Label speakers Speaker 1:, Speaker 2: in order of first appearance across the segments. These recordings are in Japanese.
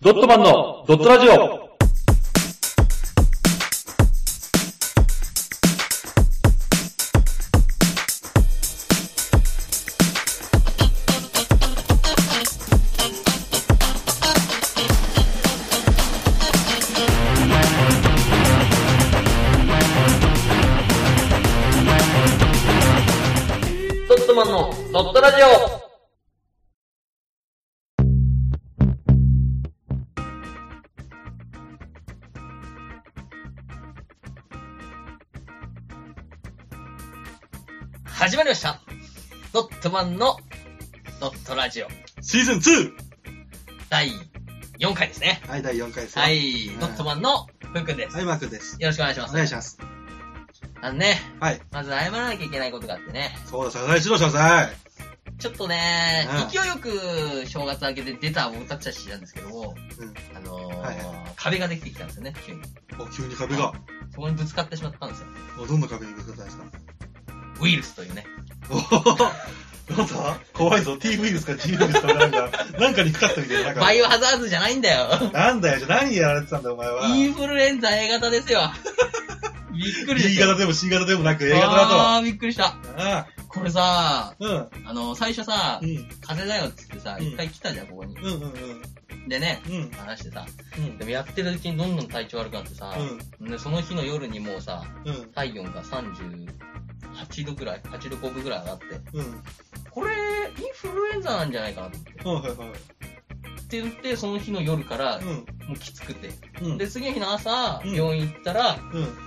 Speaker 1: ドットマンのドットラジオ
Speaker 2: ドットマンのドットラジオ始まりました。ドットマンのドットラジオ
Speaker 3: シーズン 2!
Speaker 2: 第4回ですね。
Speaker 3: はい、第4回ですよ。
Speaker 2: は、
Speaker 3: はいうん
Speaker 2: ドットマンのふうくんです。
Speaker 3: い、マークです。
Speaker 2: よろしくお願いしま
Speaker 3: お
Speaker 2: す。
Speaker 3: 願いします。
Speaker 2: あのね、
Speaker 3: はい。
Speaker 2: まず謝らなきゃいけないことがあってね、
Speaker 3: そうだ、謝罪しろ、謝罪。
Speaker 2: ちょっとね、
Speaker 3: うん
Speaker 2: 勢いよく正月明けで出たを歌っちゃったしなんですけども、
Speaker 3: うん。
Speaker 2: あのー
Speaker 3: はい
Speaker 2: 壁ができてきたんですよね、急に。
Speaker 3: お、急に壁が。
Speaker 2: そこにぶつかってしまったんですよ。
Speaker 3: お、どんな壁にぶつかったんですか
Speaker 2: ウイルスというね。
Speaker 3: おほほほなんだ怖いぞ。T ウイルスか G ウイルスかなんか、なんかにかかったみたいな。なん
Speaker 2: バ
Speaker 3: か
Speaker 2: イオハザードじゃないんだよ。
Speaker 3: なんだよ、じゃあ何やられてたんだよ、お前は。
Speaker 2: インフルエンザ A 型 ですよ。びっくりし
Speaker 3: B
Speaker 2: た。
Speaker 3: 型でも C 型でもなく A 型だ
Speaker 2: あー、びっくりした。
Speaker 3: と。ああ、
Speaker 2: これさ、
Speaker 3: うん、
Speaker 2: あの、最初さ
Speaker 3: う、ん、
Speaker 2: 風邪だよっつってさ、
Speaker 3: うん
Speaker 2: 一回来たじゃん、ここに。
Speaker 3: うん、うん、うん、
Speaker 2: でね、
Speaker 3: うん、
Speaker 2: 話してさ。
Speaker 3: うん
Speaker 2: でもやってるうちにどんどん体調悪くなってさ、でその日の夜にもうさ、
Speaker 3: うん、
Speaker 2: 体温が38度くらい、8度5分くらい上がって、
Speaker 3: うん、
Speaker 2: これ、インフルエンザなんじゃないかなと思って。
Speaker 3: うん、はいはいはい。
Speaker 2: って言って、その日の夜から、
Speaker 3: う
Speaker 2: も
Speaker 3: ん、
Speaker 2: うきつくて。
Speaker 3: うん、
Speaker 2: で、次の日の朝、
Speaker 3: うん
Speaker 2: 病院行ったら、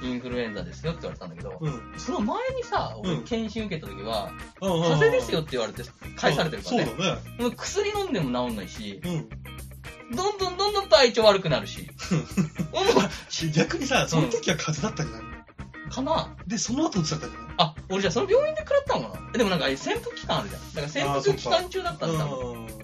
Speaker 3: うん、
Speaker 2: インフルエンザですよって言われたんだけど、
Speaker 3: うん。
Speaker 2: その前にさ、俺
Speaker 3: うん
Speaker 2: 検診受けた時は、
Speaker 3: 風
Speaker 2: 風邪ですよって言われて返されてるからね。
Speaker 3: そうだね。
Speaker 2: もう薬飲んでも治んないし、
Speaker 3: うん。
Speaker 2: どんどんどんどん体調悪くなるし。も
Speaker 3: 逆にさ、その時は風邪だったんじゃない、
Speaker 2: うかな
Speaker 3: で、その後打ちだったんじゃない
Speaker 2: あ、俺じゃあその病院で食らったのかなえでもなんかあれ潜伏期間あるじゃん。だから潜
Speaker 3: あーそっ
Speaker 2: 伏
Speaker 3: か
Speaker 2: 期間中だったんだもん。
Speaker 3: うん。
Speaker 2: で、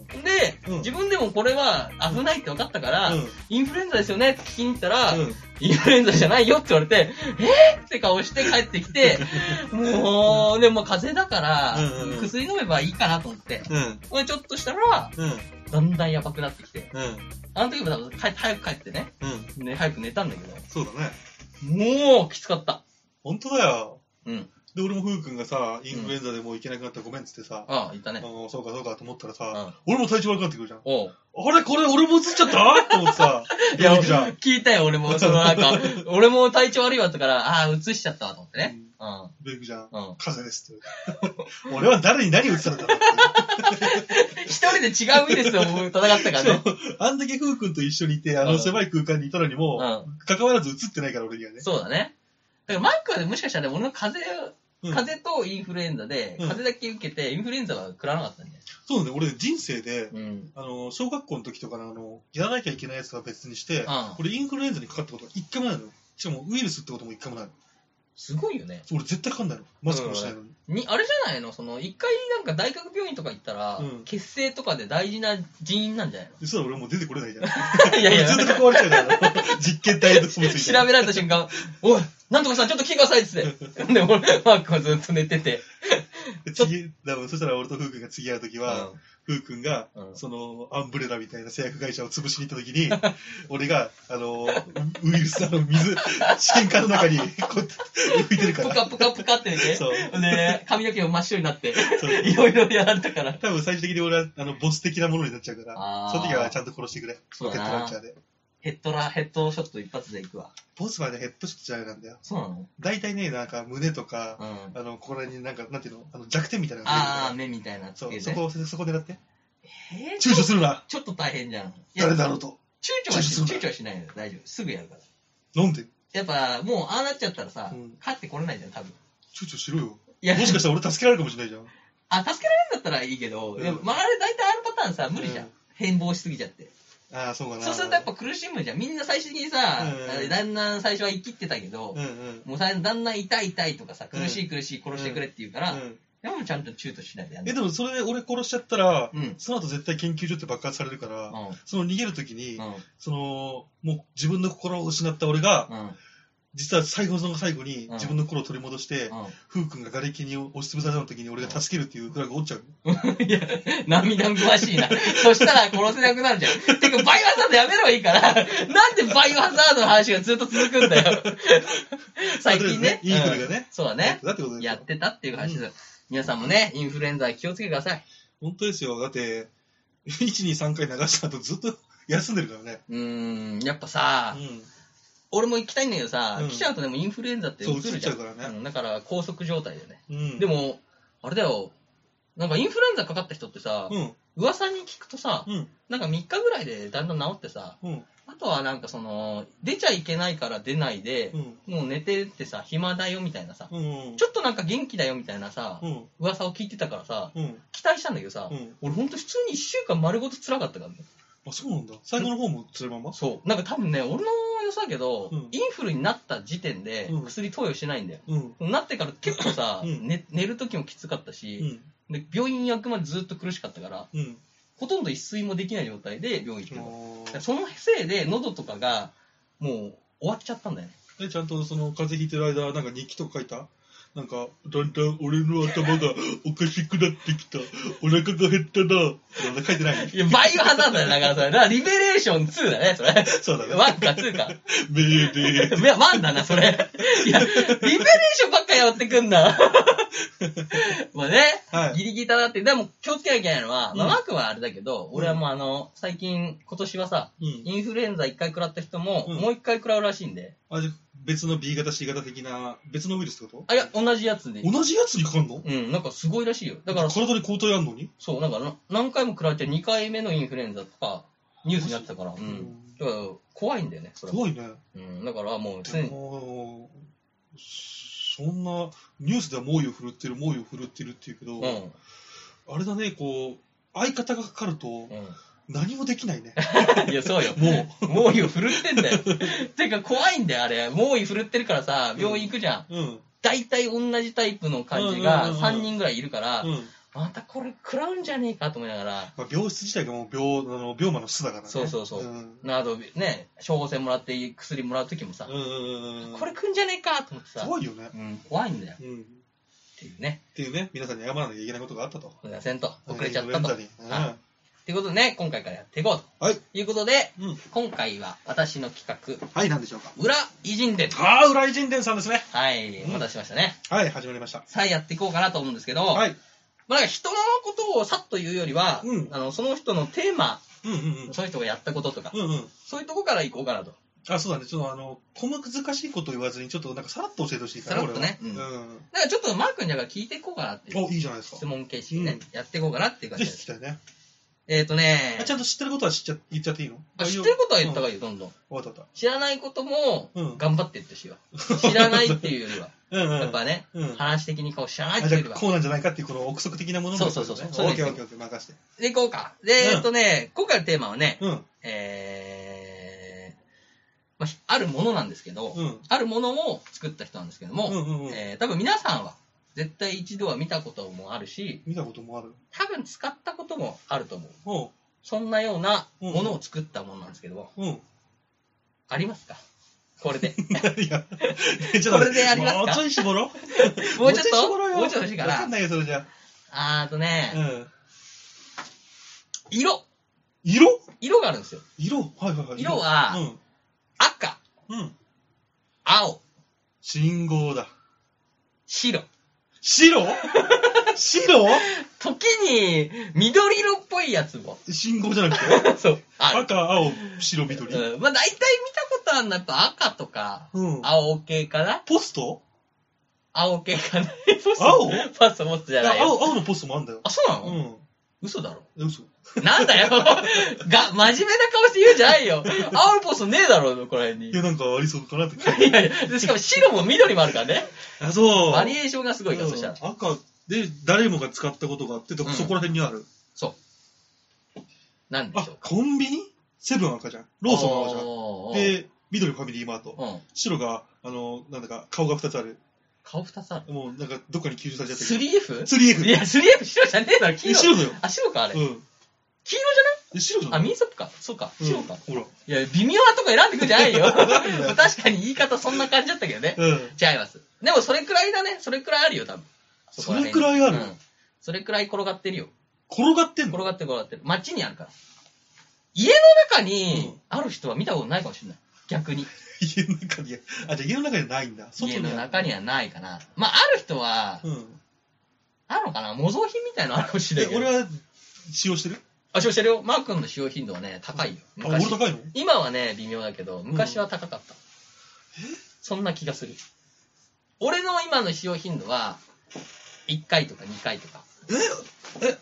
Speaker 3: うん
Speaker 2: 自分でもこれは危ないって分かったから、
Speaker 3: うん
Speaker 2: インフルエンザですよねって聞きに行ったら、
Speaker 3: うん
Speaker 2: インフルエンザじゃないよって言われて、えー、って顔して帰ってき て、もう、でも風邪だから
Speaker 3: うんうんう、ん
Speaker 2: 薬飲めばいいかなと思って。
Speaker 3: うん。
Speaker 2: これちょっとしたら、
Speaker 3: うん。
Speaker 2: だんだんやばくなってきて。
Speaker 3: うん。
Speaker 2: あの時も多分帰早く帰ってね
Speaker 3: うん。
Speaker 2: ね、早く寝たんだけ
Speaker 3: そうだね。
Speaker 2: ど、もうきつかった。
Speaker 3: 本当だよ。
Speaker 2: うん。
Speaker 3: で、俺もふうくんがさ、インフルエンザでもう行けなくなったらごめんっつってさ、
Speaker 2: ああ、いた
Speaker 3: あ
Speaker 2: ね。
Speaker 3: のそうかそうかと思ったら
Speaker 2: う
Speaker 3: さ、
Speaker 2: ん。
Speaker 3: 俺も体調悪くなってくるじゃん。
Speaker 2: おう。
Speaker 3: あれこれ俺も映っちゃったと思ってさ、
Speaker 2: いや、
Speaker 3: 病院行くじゃん。
Speaker 2: 聞いたよ、俺も。そのなん か、俺も体調悪いわって言ったから、ああ、移しちゃったわと思ってね。うん。
Speaker 3: 病院行くじゃん。
Speaker 2: うん。
Speaker 3: 風邪ですって。 俺は誰に何打っ てたんだろう
Speaker 2: 一人で違うウイル スと戦ったからね。
Speaker 3: って。そうあんだけふうくんと一緒にいて、あの狭い空間にいたのにも、
Speaker 2: う
Speaker 3: 関わらず映ってないから俺にはね
Speaker 2: ん。。そうだね。だからマイクはねもしかしたらね俺の風邪、
Speaker 3: うん
Speaker 2: 風邪とインフルエンザで、
Speaker 3: うん
Speaker 2: 風邪だけ受けて、インフルエンザは食らわなかったんだよ。
Speaker 3: そうなんだよ俺人生で、
Speaker 2: うん。うん。
Speaker 3: あの、小学校の時とかの、あの、やらなきゃいけないやつは別にして、俺インフルエンザにかかったことが一回もないのよ。しかもウイルスってことも一回もないの。
Speaker 2: すごいよね。
Speaker 3: そう俺絶対かかんないの。マスクもしないのに。
Speaker 2: に、あれじゃないのその、一回なんか大学病院とか行ったら、
Speaker 3: うん
Speaker 2: 血清とかで大事な人員なんじゃない
Speaker 3: そしたら俺もう出てこれないじゃん。
Speaker 2: の いやいや、
Speaker 3: ずっと関われちゃ うから。実験体と結びついて。
Speaker 2: 調べられた瞬 間、おい、なんとかさんちょっと来てくださいっつって。で、俺、マークはずっと寝てて。
Speaker 3: で次、だからそしたら俺とふうくんが次会う時は、
Speaker 2: う
Speaker 3: ふうくんが、
Speaker 2: んうん
Speaker 3: その、アンブレラみたいな製薬会社を潰しに行っ た時に、俺が、あの、ウイルス、あの、水、試験管の中に、こうやって浮いてるか
Speaker 2: ぷ
Speaker 3: ら。
Speaker 2: かぷかぷかって寝て。
Speaker 3: そう。
Speaker 2: で、髪の毛も真っ白になって、
Speaker 3: そう
Speaker 2: いろいろやられたから。
Speaker 3: 多分最終的に俺は、あの、ボス的なものになっちゃうから
Speaker 2: あー、
Speaker 3: その時はちゃんと殺してくれ。
Speaker 2: そ
Speaker 3: ロ
Speaker 2: う
Speaker 3: ケ
Speaker 2: だ
Speaker 3: ッ
Speaker 2: な
Speaker 3: トランチャーで。
Speaker 2: ヘッドラ、ヘッドショット一発で行くわ。
Speaker 3: ボスはね、ヘッドショットじゃないなんだよ。
Speaker 2: そうなの
Speaker 3: 大体ね、なんか胸とか、
Speaker 2: うん。
Speaker 3: あの、ここら辺になんか、なんていうの、あの弱点みたいなの
Speaker 2: あ
Speaker 3: が
Speaker 2: ー、
Speaker 3: 見える
Speaker 2: 目みたいな
Speaker 3: から。そ
Speaker 2: つけ
Speaker 3: う、
Speaker 2: て。
Speaker 3: そこ、そこ狙って。
Speaker 2: えー
Speaker 3: 躊躇するな
Speaker 2: ちょっと大変じゃん。いや
Speaker 3: 誰だろうと。
Speaker 2: 躊躇はし、
Speaker 3: 躊躇する
Speaker 2: 躊躇はしないのよ。大丈夫。すぐやるから。
Speaker 3: なんで
Speaker 2: やっぱ、もうああなっちゃったらさ
Speaker 3: うん、
Speaker 2: 帰ってこれないじゃん、多分。
Speaker 3: 躊躇しろよ。
Speaker 2: いや、
Speaker 3: もしかしたら俺助けられるかもしれないじゃん。
Speaker 2: あ、助けられるんだったらいいけど、
Speaker 3: うん
Speaker 2: でもまあ、あれ大体あるパターンさ、無理じゃん。
Speaker 3: うん
Speaker 2: 変貌しすぎちゃって。
Speaker 3: ああ、そうかな。
Speaker 2: そうするとやっぱ苦しむじゃん。みんな最終的にさ、
Speaker 3: うん
Speaker 2: だんだん最初は生きってたけど、
Speaker 3: うんうん。
Speaker 2: もうさだんだん痛い痛いとかさ、
Speaker 3: うん
Speaker 2: 苦しい苦しい殺してくれって言うから、
Speaker 3: うん
Speaker 2: でもちゃんと躊躇しないでやん
Speaker 3: え、
Speaker 2: な
Speaker 3: でもそれ俺殺しちゃったら、
Speaker 2: うん。うん。
Speaker 3: その後絶対研究所って爆発されるから、その逃げる時に、
Speaker 2: うん。
Speaker 3: その、もう自分の心を失った俺が、
Speaker 2: うん。
Speaker 3: 実は最後の最後に
Speaker 2: うん
Speaker 3: 自分の頃を取り戻して、
Speaker 2: う
Speaker 3: ふうくんが瓦礫に押し潰された時に俺が助けるっていうクラがおっちゃう。
Speaker 2: ん。いや、涙ぐましいな。そしたら殺せなくなるじゃん。てか、バイオハザードやめろいいから。なんでバイオハザードの話がずっと続くんだ よ。最近ね。
Speaker 3: とりあえずねインフルがね
Speaker 2: うんそうだね。
Speaker 3: だってことです
Speaker 2: や
Speaker 3: よ
Speaker 2: っ。てたっていう話です。皆さんもね、インフルエンザ気をつけてください。
Speaker 3: 本当ですよ。だって、1、2、3回流した後ずっと休んでるからね。
Speaker 2: うーん、やっぱさ、
Speaker 3: うん。
Speaker 2: 俺も行きたいんだけどさ、
Speaker 3: うん
Speaker 2: 来ちゃうとでもインフルエンザって
Speaker 3: そう、
Speaker 2: う
Speaker 3: 映
Speaker 2: つる
Speaker 3: っ
Speaker 2: じ
Speaker 3: ちゃ
Speaker 2: ゃん
Speaker 3: う。からね。
Speaker 2: うんだから、拘束状態だよね。
Speaker 3: うん。
Speaker 2: で、も、あれだよ。なんかインフルエンザかかった人ってさ、
Speaker 3: うん。
Speaker 2: 噂に聞くとさ、
Speaker 3: うん。
Speaker 2: なんか3日ぐらいでだんだん治ってさ、
Speaker 3: うん。
Speaker 2: あとはなんかその、出ちゃいけないから出ないで
Speaker 3: う、ん。
Speaker 2: もう寝てってさ、暇だよみたいなさ、
Speaker 3: うん。
Speaker 2: ちょっとなんか元気だよみたいなさ
Speaker 3: う、ん。
Speaker 2: 噂を聞いてたからさ、
Speaker 3: うん。
Speaker 2: 期待したんだけどさ、
Speaker 3: うん。
Speaker 2: 俺ほんと普通に1週間丸ごと辛かったからね。
Speaker 3: あ、そうなんだ。最後の方もつれまま
Speaker 2: そう。なんか多分ね、俺の良さだけど、
Speaker 3: うん
Speaker 2: インフルになった時点で
Speaker 3: うん
Speaker 2: 薬投与してないんだよ。
Speaker 3: うん。
Speaker 2: なってから結構さ、
Speaker 3: うん
Speaker 2: 寝寝る時もきつかった
Speaker 3: う
Speaker 2: し、
Speaker 3: ん。
Speaker 2: で病院に行くまでずっと苦しかったから
Speaker 3: うん。
Speaker 2: ほとんど一睡もできない状態で病院行ってる
Speaker 3: あ
Speaker 2: のだか
Speaker 3: ー
Speaker 2: らそのせいで喉とかがもう終わっちゃったんだよね
Speaker 3: え、ちゃんとその風邪ひいてる間、なんか日記とか書いたなんか、だんだん俺の頭がおかしくなってきた。お腹が減ったな。なんだ書いてない
Speaker 2: いやバイオハザードだよだからそれだからリベレーション2だねそれ
Speaker 3: そうだね。
Speaker 2: 1か2か
Speaker 3: めで
Speaker 2: いや1だなそれいやリベレーションばっかやってくんなまあね、
Speaker 3: はい
Speaker 2: ギリギリだなってでも気をつけなきゃいけないのは、まあ
Speaker 3: うん
Speaker 2: マー君はあれだけど俺はもうあの最近今年はさ
Speaker 3: うん。
Speaker 2: インフルエンザ1回食らった人も、
Speaker 3: うん
Speaker 2: もう1回食らうらしいんで
Speaker 3: あ、じゃあ別の B 型、C 型的な、別のウイルスってこと
Speaker 2: あいや同じやつで
Speaker 3: 同じやつにかかんの
Speaker 2: うん、なんかすごいらしいよ。だから、
Speaker 3: 体に抗体あんのに
Speaker 2: そう、なんかな何回も食らっちゃう2回目のインフルエンザとか、ニュースになってたから、うん。だから、怖いんだよね、それは。
Speaker 3: 怖いね。
Speaker 2: うん、だからもう、常
Speaker 3: で
Speaker 2: に、
Speaker 3: も、そんな、ニュースでは猛威を振るってる、猛威を振るってるっていうけ
Speaker 2: う
Speaker 3: ど、
Speaker 2: ん、うん。
Speaker 3: あれだね、こう、相方がかかると、何もで きないね。
Speaker 2: いや、そうよ。
Speaker 3: も
Speaker 2: う、猛威を振るってんだよ。てか、怖いんだよ、あれ。猛威振るってるからさ、病院行くじゃん。
Speaker 3: うん。
Speaker 2: 大体同じタイプの患者
Speaker 3: うん
Speaker 2: が
Speaker 3: うんうんうん
Speaker 2: 3人ぐらいいるから
Speaker 3: う、ん。
Speaker 2: またこれ食らうんじゃねえかと思いながら、
Speaker 3: まあ、病室自体がもう病、あの病魔の巣だからね。
Speaker 2: そうそうそう
Speaker 3: うん。
Speaker 2: など、ね、処方箋もらって薬もらう時もさ、
Speaker 3: うんうんうんうん。
Speaker 2: これ食うんじゃねえかと思ってさ、
Speaker 3: 怖いよね。
Speaker 2: うん、怖いんだよ。
Speaker 3: うん。っ
Speaker 2: っていうね。
Speaker 3: ていうね、皆さんに謝らなきゃいけないことがあったと。
Speaker 2: すいませんと。遅れちゃった
Speaker 3: インフ
Speaker 2: と。
Speaker 3: ル
Speaker 2: と
Speaker 3: エンザにうん
Speaker 2: はいいうことでね、今回からやっていこうと。
Speaker 3: はい。
Speaker 2: いうことで、
Speaker 3: うん
Speaker 2: 今回は私の企画、
Speaker 3: はい、なんでしょうか。
Speaker 2: 裏偉人伝。
Speaker 3: ああ、浦井神殿さんですね。
Speaker 2: はい、
Speaker 3: う
Speaker 2: お
Speaker 3: ん
Speaker 2: 待たせしましたね。
Speaker 3: はい、始まりました。
Speaker 2: さあやっていこうかなと思うんですけど、
Speaker 3: はい。
Speaker 2: まあなんか人のことをさっと言うよりは、
Speaker 3: うん
Speaker 2: あのその人のテーマ、
Speaker 3: うんうんうん。
Speaker 2: その人がやったこととか、
Speaker 3: うんうん。
Speaker 2: そういうとこからいこうかなと。
Speaker 3: あ、そうだね。ちょっとあの、小難しいこと言わずに、ちょっとなんかさらっと教えてほしいから、
Speaker 2: さらっとね
Speaker 3: 俺は
Speaker 2: なんかちょっとマー君にゃが聞いていこうかなって
Speaker 3: うん。
Speaker 2: い
Speaker 3: お、
Speaker 2: う
Speaker 3: いいじゃないですか。
Speaker 2: 質
Speaker 3: ぜ
Speaker 2: 問形式でね、やっていこうかなっていう感
Speaker 3: ひ
Speaker 2: じ
Speaker 3: 聞
Speaker 2: です。
Speaker 3: きたいね。
Speaker 2: えっ、ー、とね
Speaker 3: あ、ちゃんと知ってることは知っちゃ言っちゃっていいの
Speaker 2: あ知ってることは言った方が
Speaker 3: いい。
Speaker 2: いいよ、どんどん。
Speaker 3: うんわかったわか
Speaker 2: 知らないことも
Speaker 3: うん
Speaker 2: 頑張ってってしよう。知らないっていうよりは。
Speaker 3: った。 うんうん。
Speaker 2: やっぱね、
Speaker 3: うん。
Speaker 2: 話的にこう知らないっ
Speaker 3: あ
Speaker 2: て
Speaker 3: じ
Speaker 2: 言
Speaker 3: ゃ
Speaker 2: う
Speaker 3: あ
Speaker 2: ば。
Speaker 3: こうなんじゃないかっていうこの憶測的なものも
Speaker 2: そうそうそうそう
Speaker 3: ね
Speaker 2: そう
Speaker 3: オ
Speaker 2: です
Speaker 3: ッケ
Speaker 2: よ
Speaker 3: ーオッケーオッケー任せて
Speaker 2: で、行こうか。で、
Speaker 3: うん
Speaker 2: えっとね、今回のテーマはね、
Speaker 3: うん
Speaker 2: えー、まあ、ひあるものなんですけど、
Speaker 3: うん
Speaker 2: あるものを作った人なんですけども、
Speaker 3: うんうんうん
Speaker 2: えー多分皆さんは絶対一度は見たこともあるし、
Speaker 3: 見たこともある
Speaker 2: 多分使ったこともあると思う。
Speaker 3: おう
Speaker 2: そんなようなものを作ったものなんですけども、
Speaker 3: うん
Speaker 2: ありますかこれで。
Speaker 3: いやち
Speaker 2: これでやりますか
Speaker 3: もうちょい絞ろう
Speaker 2: もうちょっ
Speaker 3: い
Speaker 2: と
Speaker 3: 絞ろよ
Speaker 2: もうちょっと欲しいか
Speaker 3: わからん。ないよそれじゃ
Speaker 2: あーと
Speaker 3: あう
Speaker 2: ね、
Speaker 3: ん
Speaker 2: 色
Speaker 3: 色
Speaker 2: 色があるんですよ。
Speaker 3: 色はいはいはい
Speaker 2: 色は赤、
Speaker 3: うんうん
Speaker 2: 青、
Speaker 3: 信号だ
Speaker 2: 白。
Speaker 3: 白白
Speaker 2: 時に緑色っぽいやつも。
Speaker 3: 信号じゃなくて
Speaker 2: そう。ある。
Speaker 3: 赤青白緑
Speaker 2: うんまあ大体見たことあるのはやっぱ赤とか、
Speaker 3: うん
Speaker 2: 青系かな
Speaker 3: ポスト
Speaker 2: 青系かな
Speaker 3: 青
Speaker 2: パスモスじゃ
Speaker 3: あ
Speaker 2: ないよ。
Speaker 3: 青青のポストもあんだよ
Speaker 2: あ、そうなの、
Speaker 3: うん
Speaker 2: 嘘だろ。
Speaker 3: え嘘
Speaker 2: なんだよ。 が、真面目な顔して言うんじゃない よ。青いポストねえだろ、これに。
Speaker 3: いやなんかありそうかなって
Speaker 2: いやいや、でしかも白も緑もあるからね。
Speaker 3: あそう
Speaker 2: バリエーションがすごいから、そしたら。
Speaker 3: うん赤で誰もが使ったことがあって、と
Speaker 2: うん
Speaker 3: そこら辺にある
Speaker 2: なんで
Speaker 3: あ
Speaker 2: しょう。
Speaker 3: コンビニセブン赤じゃんローソン赤じゃん
Speaker 2: おー、
Speaker 3: で緑ファミリーマート
Speaker 2: うん。
Speaker 3: 白があのなんだか顔が2つある
Speaker 2: 顔二つある。
Speaker 3: もうなんかどっかに吸収されちゃってる
Speaker 2: 3F?
Speaker 3: 3F
Speaker 2: いや、3F 白じゃねえだろ、黄
Speaker 3: え
Speaker 2: 色。
Speaker 3: 白だよ
Speaker 2: あ、白か、あれ。
Speaker 3: うん
Speaker 2: 黄色じゃない
Speaker 3: え白じゃん
Speaker 2: あ、ミーソップか。そうか。
Speaker 3: うん
Speaker 2: 白か。
Speaker 3: ほら。
Speaker 2: いや、微妙なとこ選んでくんじゃない よ。
Speaker 3: んだよ
Speaker 2: 確かに言い方そんな感じだったけどね。
Speaker 3: うん。
Speaker 2: 違います。でもそれくらいだね。それくらいあるよ、多分。こ辺に
Speaker 3: それくらいあ
Speaker 2: う
Speaker 3: る
Speaker 2: んそれくらい転がってるよ。
Speaker 3: 転がってんの
Speaker 2: 転がってる転がってる。街にあるから。家の中にある人は見たことないかもしれない。逆に。
Speaker 3: 家の中に。あ、じゃあ家の中にはないんだ。外に
Speaker 2: 家
Speaker 3: ある
Speaker 2: の中にはないかな。まあ、ある人は、
Speaker 3: うん。
Speaker 2: あるのかな模造品みたいなのあるかもしれ
Speaker 3: え
Speaker 2: ない、けど。
Speaker 3: 俺は使用してる
Speaker 2: あ、使用してるよ。マー君の使用頻度はね、高いよ。
Speaker 3: あ、俺
Speaker 2: 昔。
Speaker 3: 高いの
Speaker 2: 今はね、微妙だけど、昔は高かった。そんな気がする。俺の今の使用頻度は、1回とか2回とか。
Speaker 3: ええ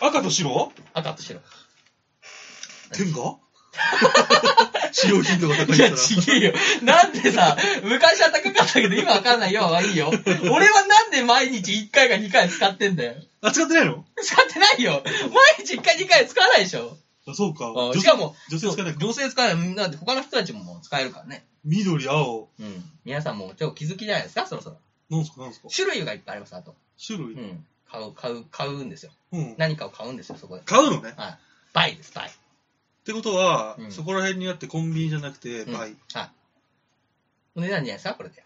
Speaker 3: あ赤と白
Speaker 2: 赤と白。
Speaker 3: 天が 使用頻度が高い
Speaker 2: い
Speaker 3: か
Speaker 2: や、
Speaker 3: ら。
Speaker 2: ちげえよ。なんでさ、昔は高かったけど、今わかんないよ。まあいいよ。俺はなんで毎日1回か2回使ってんだよ。
Speaker 3: あ、使ってないの
Speaker 2: 使ってないよ。毎日1回2回使わないでしょ。
Speaker 3: あ、そうか。
Speaker 2: あ
Speaker 3: 女性
Speaker 2: しかも、
Speaker 3: 女性使えないか。
Speaker 2: 女性使えない。なんで他の人たちももう使えるからね。
Speaker 3: 緑、青。
Speaker 2: うん。皆さんもうちょっと気づきじゃないですか、そろそろ。
Speaker 3: なんすか、なんすか。
Speaker 2: 種類がいっぱいあります、あと。
Speaker 3: 種
Speaker 2: う
Speaker 3: 類。
Speaker 2: ん。買う、買う、買うんですよ。
Speaker 3: うん。
Speaker 2: 何かを買うんですよ、そこで。
Speaker 3: 買うのね。っ
Speaker 2: はい。バイです、バイ。
Speaker 3: てことは
Speaker 2: う、ん
Speaker 3: そこら辺にあってコンビニじゃなくて、
Speaker 2: うん
Speaker 3: バイ。
Speaker 2: はい。お値段じゃないですか、これで。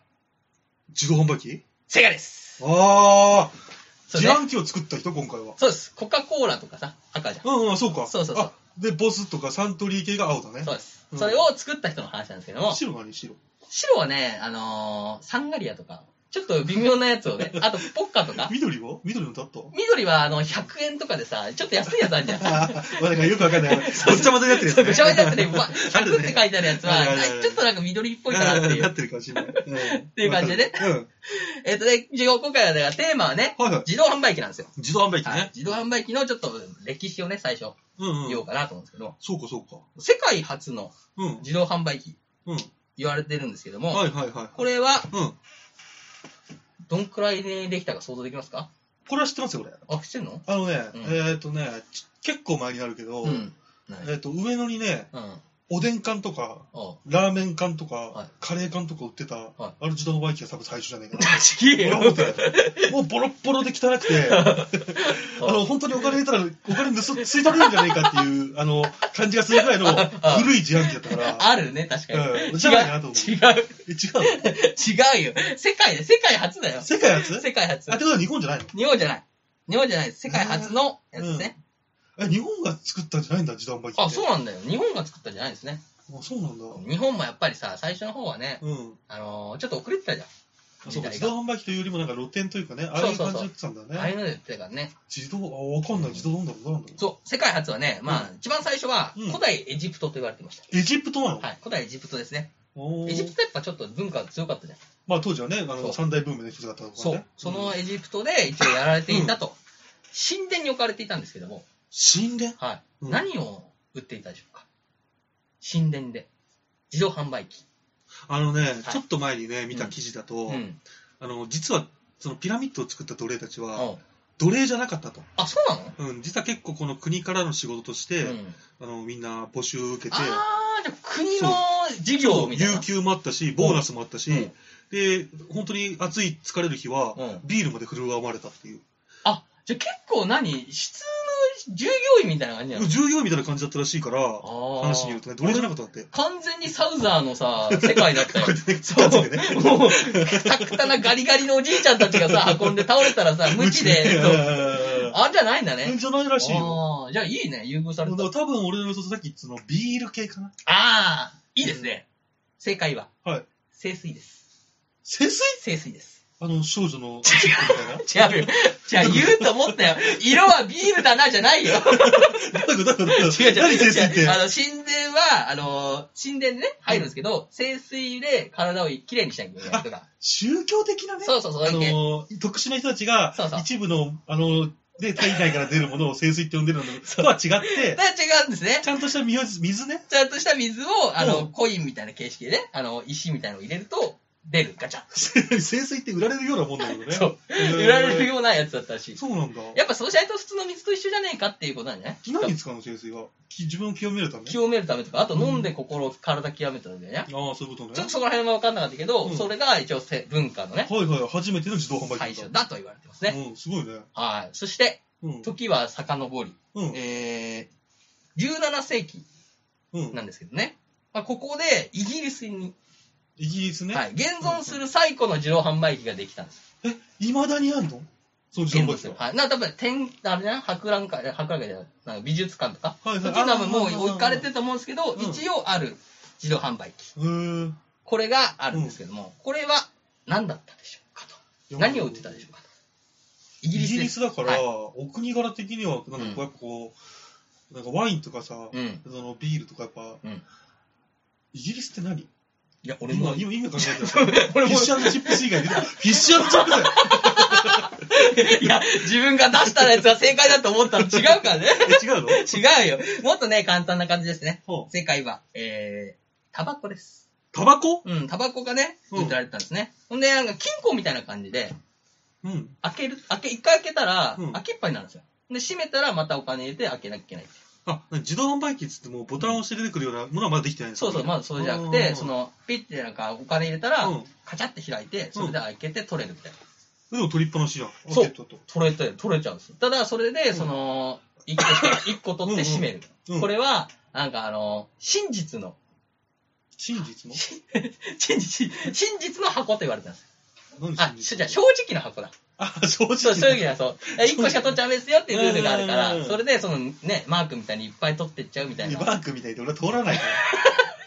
Speaker 3: 自動販売機
Speaker 2: 正解です。
Speaker 3: ああ、
Speaker 2: そう,、
Speaker 3: 自
Speaker 2: ね、
Speaker 3: 販機を作った人、今回は。
Speaker 2: そうです。コカ・コーラとかさ、赤じゃん。
Speaker 3: うんうん、そうか。
Speaker 2: そうそうそう
Speaker 3: あ、で、ボスとかサントリー系が青だね
Speaker 2: そ。うです、
Speaker 3: うん
Speaker 2: それを作った人の話なんですけども、
Speaker 3: 白何白。
Speaker 2: 白はね、あのーサンガリアとか、ちょっと微妙なやつを ね、あとポッカとか、
Speaker 3: 緑は緑のだった
Speaker 2: 緑はあの、100円とかでさ、ちょっと安いやつあるじゃん。
Speaker 3: あーまあ、なんかよくわかんない。ごっちゃ混ぜになってるや つ、
Speaker 2: そう、
Speaker 3: ね。
Speaker 2: ぐちゃぐちゃになってね、ま
Speaker 3: ある
Speaker 2: 100っ
Speaker 3: ね
Speaker 2: て書いてあるやつは、
Speaker 3: あるあるある
Speaker 2: ちょっとなんか緑っぽいかなってい
Speaker 3: なっ
Speaker 2: う。
Speaker 3: てるかもしれない。って
Speaker 2: いう感じでね。
Speaker 3: うん。
Speaker 2: えっとね、授業今回はだからテーマはね、
Speaker 3: はいはい。
Speaker 2: 自動販売機なんですよ。
Speaker 3: 自動販売機
Speaker 2: はい
Speaker 3: ね。
Speaker 2: 自動販売機のちょっと歴史をね、最初
Speaker 3: うんう
Speaker 2: 言お
Speaker 3: ん。
Speaker 2: うかなと思うんですけど、
Speaker 3: そうかそうか。
Speaker 2: 世界初の
Speaker 3: うん。
Speaker 2: 自動販売機
Speaker 3: うん。
Speaker 2: 言われてるんですけども、
Speaker 3: はいはいはい。
Speaker 2: これは
Speaker 3: うん。
Speaker 2: どんくらいでできたか想像できますか
Speaker 3: これは知ってますよ、これ。
Speaker 2: あ、してんの
Speaker 3: あのね、
Speaker 2: うん
Speaker 3: えーっとね、ち結構前になるけど、
Speaker 2: うん。
Speaker 3: えーっと、上野にね、
Speaker 2: うん。
Speaker 3: おでん缶とか、
Speaker 2: お
Speaker 3: ラーメン缶とか、
Speaker 2: はい
Speaker 3: カレー缶とか売ってた、
Speaker 2: は
Speaker 3: あの自動販売機が多分最初じゃない かな。
Speaker 2: ちげえ
Speaker 3: 俺
Speaker 2: よ
Speaker 3: は。思ってたよもうボロッボロで汚く て、あの、本当にお金入れたら、お金盗吸い取られるんじゃねえかっていう、あの、感じがするぐらいの古い自販機だったから、
Speaker 2: あるね、確かに。
Speaker 3: うんお
Speaker 2: 違
Speaker 3: しゃれだなと
Speaker 2: う。
Speaker 3: 思う
Speaker 2: 違
Speaker 3: え違うの
Speaker 2: う。違うよ。世界で、世界初だよ。
Speaker 3: 世界初
Speaker 2: 世界初
Speaker 3: あ、っ。てことは日本じゃないの
Speaker 2: 日本じゃない。日本じゃない。世界初のやつですね。
Speaker 3: え、日本が作ったんじゃないんだ、自動販売機って。
Speaker 2: あ、そうなんだよ。日本が作ったんじゃないですね。
Speaker 3: あそうなんだ。う
Speaker 2: 日本もやっぱりさ、最初の方はね、
Speaker 3: ん。
Speaker 2: あのーちょっと遅れてたじゃん。
Speaker 3: あそう
Speaker 2: 時
Speaker 3: か、
Speaker 2: 代
Speaker 3: 自
Speaker 2: が
Speaker 3: 動販売機というよりもなんか露店というかね、ああいう感じだったんだ
Speaker 2: ああい
Speaker 3: ね。
Speaker 2: うので言ってたからね。
Speaker 3: 自動、あ、わかんない、自動なんだろう、どうなんだろ
Speaker 2: そう、世界初はね、まあ、一番最初は、
Speaker 3: うん
Speaker 2: 古代エジプトと言われてまし
Speaker 3: う。エジプトなの
Speaker 2: た。はい、古代エジプトですね。
Speaker 3: おー
Speaker 2: エジプトやっぱちょっと文化が強かったじゃん。
Speaker 3: まあ当時はね、
Speaker 2: そ
Speaker 3: あの、
Speaker 2: う
Speaker 3: 三大ブームの一つだったとか
Speaker 2: そう
Speaker 3: ね。。
Speaker 2: そ
Speaker 3: うん
Speaker 2: のエジプトで一応やられていたと。神殿に置かれていたんですけども、
Speaker 3: 神殿
Speaker 2: はい。
Speaker 3: うん
Speaker 2: 何を売っていたでしょうか神殿で。自動販売機。
Speaker 3: あのね、
Speaker 2: はい
Speaker 3: ちょっと前にね、見た記事だと、
Speaker 2: うん。
Speaker 3: あの、実は、そのピラミッドを作った奴隷たちは、
Speaker 2: おう
Speaker 3: 奴隷じゃなかったと。
Speaker 2: あ、そうなの
Speaker 3: うん、実は結構この国からの仕事として、
Speaker 2: うん。
Speaker 3: あの、みんな募集を受けて、
Speaker 2: あー、じゃあ国の事業みたい
Speaker 3: 有
Speaker 2: な。
Speaker 3: 給もあったし、ボーナスもあったし、
Speaker 2: うん
Speaker 3: で、本当に暑い、疲れる日は、
Speaker 2: うん
Speaker 3: ビールまで振る舞われたっていう。
Speaker 2: あ、じゃあ結構何質の従業員みたいな感じなの
Speaker 3: 従業員みたいな感じだったらしいから、
Speaker 2: あー
Speaker 3: 話によるとね、奴隷じゃなかったんだって。
Speaker 2: 完全にサウザーのさ、世界だったよ
Speaker 3: こう。やってね、
Speaker 2: そう
Speaker 3: ガチでね。
Speaker 2: もう、くたくたなガリガリのおじいちゃんたちがさ、運んで倒れたらさ、無知で、そう
Speaker 3: あ
Speaker 2: あんじゃないんだ
Speaker 3: うん
Speaker 2: ね。
Speaker 3: じゃないらしいよ。
Speaker 2: ああ、じゃあいいね、優遇さ
Speaker 3: だ
Speaker 2: れ
Speaker 3: か
Speaker 2: た。
Speaker 3: ら
Speaker 2: あ
Speaker 3: 多分俺の予想さっき、その、ビール系かな。
Speaker 2: あー、いいですね。正解は、
Speaker 3: はい。
Speaker 2: 清水です。
Speaker 3: 節水
Speaker 2: 清水です。
Speaker 3: あの、少女の、みたいな。
Speaker 2: 違う よ。じゃあ言うと思ったよ。色はビールだな、じゃないよ。
Speaker 3: だからだから
Speaker 2: 違う違う違う。
Speaker 3: 何先生っ
Speaker 2: 違
Speaker 3: て
Speaker 2: うあ。の、神殿は、あの、神殿にね、入るんですけど、清水で体をきれいにしなきゃいけない とか。
Speaker 3: 宗教的なね。
Speaker 2: そうそうそう。
Speaker 3: あの、特殊な人たちが
Speaker 2: そうそう、
Speaker 3: 一部の、あの、で、体内から出るものを聖水って呼んでるの とは違って
Speaker 2: だ、から違うんですね
Speaker 3: ち。ゃんとした水水ね。
Speaker 2: ちゃんとした水を、あ
Speaker 3: う
Speaker 2: の、
Speaker 3: ん
Speaker 2: コインみたいな形式でね、あの、石みたいなのを入れると、出る、ガチャン。
Speaker 3: 聖水って売られるようなもんだけどね。
Speaker 2: そう。
Speaker 3: へー
Speaker 2: 売られるようなやつだったらしい。
Speaker 3: そうなんだ。
Speaker 2: やっぱそうしないと普通の水と一緒じゃねえかっていうことなんじゃない
Speaker 3: 何に使うの聖水は。き自分を清めるためあ
Speaker 2: 清めるためとか、あと飲んで心、体清めためだよね
Speaker 3: あ。ー、そういうことね。
Speaker 2: ちょっとそこら辺は分かんなかったけど、
Speaker 3: うん
Speaker 2: それが一応せ文化のね、
Speaker 3: はいはい、初めての自動販売
Speaker 2: 最
Speaker 3: 機
Speaker 2: 初
Speaker 3: だっ
Speaker 2: だと言われてます
Speaker 3: た。
Speaker 2: ね。
Speaker 3: うん、すごいね。
Speaker 2: はい。そして、
Speaker 3: うん。
Speaker 2: 時は遡り、
Speaker 3: うん。
Speaker 2: えー、 17世紀
Speaker 3: うん。
Speaker 2: なんですけどね。まあ、ここでイギリスに、
Speaker 3: イギリスね。
Speaker 2: はい、現存する最古の自動販売機ができたんです。
Speaker 3: いまだにあんのその自動
Speaker 2: 現
Speaker 3: 販売
Speaker 2: 存
Speaker 3: 機
Speaker 2: する。
Speaker 3: は。
Speaker 2: はい。な、多分、天、あれね、博覧会、博覧会じゃないなんか美術館とか、
Speaker 3: はいはい
Speaker 2: そっち多分もう
Speaker 3: あー
Speaker 2: 置かれてると思うんですけど、
Speaker 3: うん
Speaker 2: 一応ある自動販売機。
Speaker 3: へー
Speaker 2: これがあるんですけども、これは何だったでしょうかと。何を売ってたでしょうかと。イ
Speaker 3: イ
Speaker 2: ギ
Speaker 3: ギ
Speaker 2: リ
Speaker 3: リ
Speaker 2: ス
Speaker 3: ス
Speaker 2: です
Speaker 3: だか
Speaker 2: は
Speaker 3: ら、
Speaker 2: い
Speaker 3: お国柄的には、なんかこう、やっぱこう、なんかワインとかさ、
Speaker 2: うん。
Speaker 3: そのビールとかやっぱ、
Speaker 2: うん
Speaker 3: イギリスって何
Speaker 2: いや、俺も
Speaker 3: 今、、今、今考えたら、
Speaker 2: 俺
Speaker 3: フィ
Speaker 2: も
Speaker 3: ッ、シュチップス以外出てこないフィッシュチップスだよ
Speaker 2: いや、自分が出したやつが正解だと思ったら違うからね。
Speaker 3: え、違うの
Speaker 2: 違うよ。もっとね、簡単な感じですね。
Speaker 3: ほう
Speaker 2: 正解は、えー、タバコです。
Speaker 3: タバコ
Speaker 2: うん、タバコがね、
Speaker 3: うん
Speaker 2: 売ってられてたんですね。ほんで、なんか金庫みたいな感じで、
Speaker 3: うん。
Speaker 2: 開ける、開け、一回開けたら、
Speaker 3: うん
Speaker 2: 開けっぱになるんですよ。で、閉めたらまたお金入れて開けなきゃいけない。
Speaker 3: あ、自動販売機っつってもうボタンを押して出てくるようなものはまだできてないんです
Speaker 2: そうそう、まずそれじゃなく
Speaker 3: う
Speaker 2: て、
Speaker 3: ん
Speaker 2: その、ピッてなんかお金入れたら、
Speaker 3: うん
Speaker 2: カチャって開いて、それで開けて取れるみたいな。
Speaker 3: でも取りっぱなしじゃん。
Speaker 2: そう
Speaker 3: ポケットと
Speaker 2: 取れて、取れちゃうんですよ。ただ、それで、
Speaker 3: ん
Speaker 2: その、一個しか、一個取って閉める。
Speaker 3: うん
Speaker 2: これは、なんかあの、真実 の、
Speaker 3: 真実の
Speaker 2: 真実、真実の箱と言われてたんですよ。
Speaker 3: 何
Speaker 2: あ、
Speaker 3: 真
Speaker 2: し
Speaker 3: 実
Speaker 2: じゃあ正直な箱だ。
Speaker 3: あ、正直。
Speaker 2: そう、正直な、そう。え一個しか取っちゃダメですよっていうルールがあるか
Speaker 3: うんうん
Speaker 2: ら、
Speaker 3: うん
Speaker 2: それで、そのね、マークみたいにいっぱい取ってっちゃうみたい
Speaker 3: リ
Speaker 2: な。
Speaker 3: バークみたいで俺は通らな いから。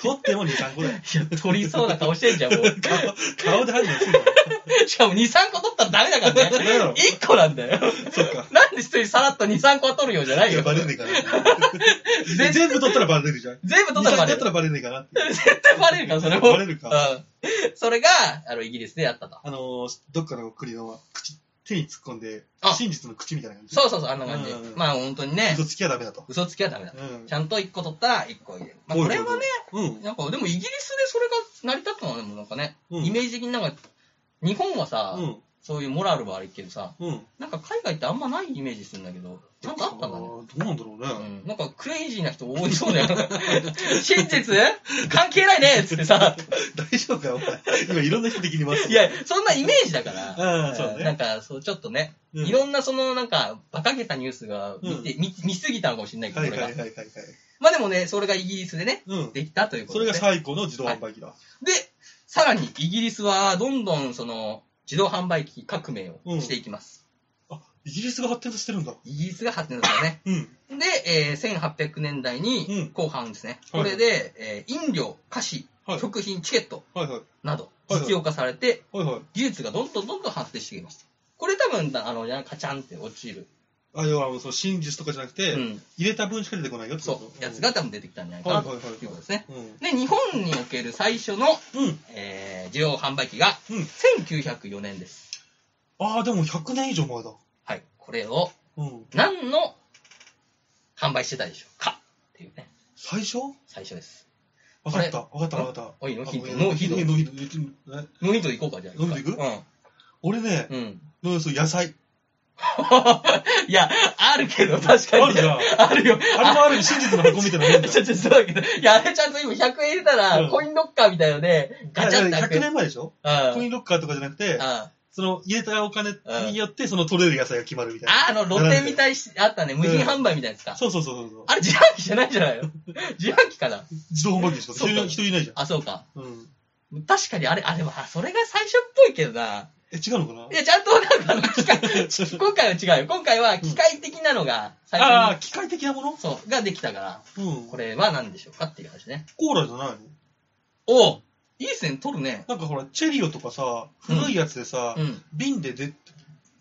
Speaker 3: 取っても2、3個だよ。
Speaker 2: いや、取りそうな顔してんじゃん、もう。
Speaker 3: 顔顔で判断するの。
Speaker 2: しかも2、3個取ったらダメだから
Speaker 3: ダメだろ
Speaker 2: ね。1個なんだよ。
Speaker 3: そっか。
Speaker 2: なんで一人さらっと2、3個は取るようじゃない
Speaker 3: い
Speaker 2: よ
Speaker 3: や、。バレねえかな。
Speaker 2: 全
Speaker 3: 全部取ったらバレるじゃん。
Speaker 2: 全部取ったらバレ
Speaker 3: 2
Speaker 2: る
Speaker 3: 3取った。らバレねえかなって。
Speaker 2: 絶対バレるから、それも。
Speaker 3: バレるか
Speaker 2: うん。それが、あの、イギリスでやったと。
Speaker 3: あのー、どっかの国の口、手に突っ込んで
Speaker 2: あ、
Speaker 3: 真実の口みたいな感じ。
Speaker 2: そうそうそう、あんな感じ
Speaker 3: うんうん。
Speaker 2: まあ、本当にね、
Speaker 3: 嘘つきはダメだと。
Speaker 2: 嘘つきはダメだ。
Speaker 3: うん
Speaker 2: ち。ゃんと1個取ったら1個入れる。まあ、これはね、
Speaker 3: うん。
Speaker 2: なんか、でもイギリスでそれが成り立ったのは、でもなんかね、
Speaker 3: うん
Speaker 2: イメージ的になんか、日本はさ、
Speaker 3: うん。
Speaker 2: そういうモラルはあるけどさ、
Speaker 3: うん。
Speaker 2: なんか海外ってあんまないイメージするんだけど、ちゃんとあったんだね。
Speaker 3: どうなんだろうね。
Speaker 2: うんなんかクレイジーな人多いそうだよ。真実 関係ないねっつってさ。
Speaker 3: 大丈夫かよ、お前。今、いろんな人的にます。
Speaker 2: いや、そんなイメージだから。
Speaker 3: うんそうね
Speaker 2: なんか、そう、ちょっとね、
Speaker 3: うん
Speaker 2: いろんなその、なんか、馬鹿げたニュースが見て、見見すぎたのかもしれないけど、
Speaker 3: はい
Speaker 2: こ
Speaker 3: は
Speaker 2: れ
Speaker 3: い
Speaker 2: が。
Speaker 3: はいはいはい。
Speaker 2: まあでもね、それがイギリスでね、
Speaker 3: うん。
Speaker 2: できたというこ
Speaker 3: そ
Speaker 2: と
Speaker 3: れ
Speaker 2: で、
Speaker 3: が
Speaker 2: ね。
Speaker 3: 最古の自動販売機だ。
Speaker 2: で、さらにイギリスは、どんどんその、自動販売機革命をしていきます。
Speaker 3: あ、イギリスが発展してるんだ。
Speaker 2: イギリスが発展したね。
Speaker 3: うん。
Speaker 2: で、えー1800年代
Speaker 3: う
Speaker 2: に
Speaker 3: ん
Speaker 2: 後半ですね。
Speaker 3: は
Speaker 2: こ
Speaker 3: い
Speaker 2: れで、えー飲料、菓子、
Speaker 3: はい。
Speaker 2: 食品、チケット
Speaker 3: はいはい。
Speaker 2: など、
Speaker 3: はい
Speaker 2: 実用化されて、
Speaker 3: はいはい。
Speaker 2: 技術がどんどんどんどん発展してきました。これ多分、あの、カチャンって落ちる。
Speaker 3: あ、要は、その真実とかじゃなくて、
Speaker 2: うん。
Speaker 3: 入れた分しか出てこないよってこと
Speaker 2: そう。やつが。多分出てきたんじゃないか
Speaker 3: は
Speaker 2: ないと
Speaker 3: はいいうはい
Speaker 2: ことですね。
Speaker 3: うん。
Speaker 2: で、日本における最初の、
Speaker 3: うん。
Speaker 2: えー、自動販売機が、
Speaker 3: うん
Speaker 2: 1904年です。
Speaker 3: ああ、でも100年以上前だ。
Speaker 2: はい。これを、
Speaker 3: うん。
Speaker 2: 何の販売してたでしょうかっていうね、
Speaker 3: 最初
Speaker 2: 最初です。
Speaker 3: わかった、わかった、わかった。
Speaker 2: おい、ノーヒント、
Speaker 3: あ
Speaker 2: ノーヒント。
Speaker 3: ノーヒントえ
Speaker 2: ノーヒントでいこうか、じゃあ。
Speaker 3: ノーヒントいく俺ね、
Speaker 2: うん。うん。
Speaker 3: うん、そう、野菜。
Speaker 2: いや、あるけど、確かに。
Speaker 3: あるじゃん
Speaker 2: あるよ。
Speaker 3: あれもある意味真実の箱みたいなもんだよ。
Speaker 2: ちょ、ちょ、そうだけど。いや、あれちゃんと今100円入れた
Speaker 3: う
Speaker 2: ら、
Speaker 3: ん
Speaker 2: コインロッカーみたいので、ガチャって開く。
Speaker 3: 100年前でしょコ
Speaker 2: う
Speaker 3: イ
Speaker 2: ん。
Speaker 3: ンロッカーとかじゃなくて、
Speaker 2: あ
Speaker 3: その入れたお金によって、その取れる野菜が決まるみたいな。
Speaker 2: あの、露店みたいし、あったね。無人販売みたいなやつか。
Speaker 3: そうそうそうそう。
Speaker 2: あれ自販機じゃないんじゃないの自販機かな
Speaker 3: 自動販売機でしょ。
Speaker 2: そ
Speaker 3: 人
Speaker 2: うか
Speaker 3: い人いないじゃ
Speaker 2: あ、そうか。
Speaker 3: ん。うん。
Speaker 2: 確かにあれ、あ、でも、あそれが最初っぽいけどな。
Speaker 3: え、違うのかない
Speaker 2: や、ちゃんとなんかあの、機械、 今回は違うよ。今回は機械的なのが、最
Speaker 3: ああ
Speaker 2: 初
Speaker 3: ー、機械的なもの
Speaker 2: に、そう、ができたから、
Speaker 3: うん。
Speaker 2: これは何でしょうかっていう話ね。
Speaker 3: コーラじゃないの
Speaker 2: おういい線取るね。
Speaker 3: なんかほら、チェリオとかさ、
Speaker 2: うん
Speaker 3: 古いやつでさ、
Speaker 2: うん。
Speaker 3: 瓶でで、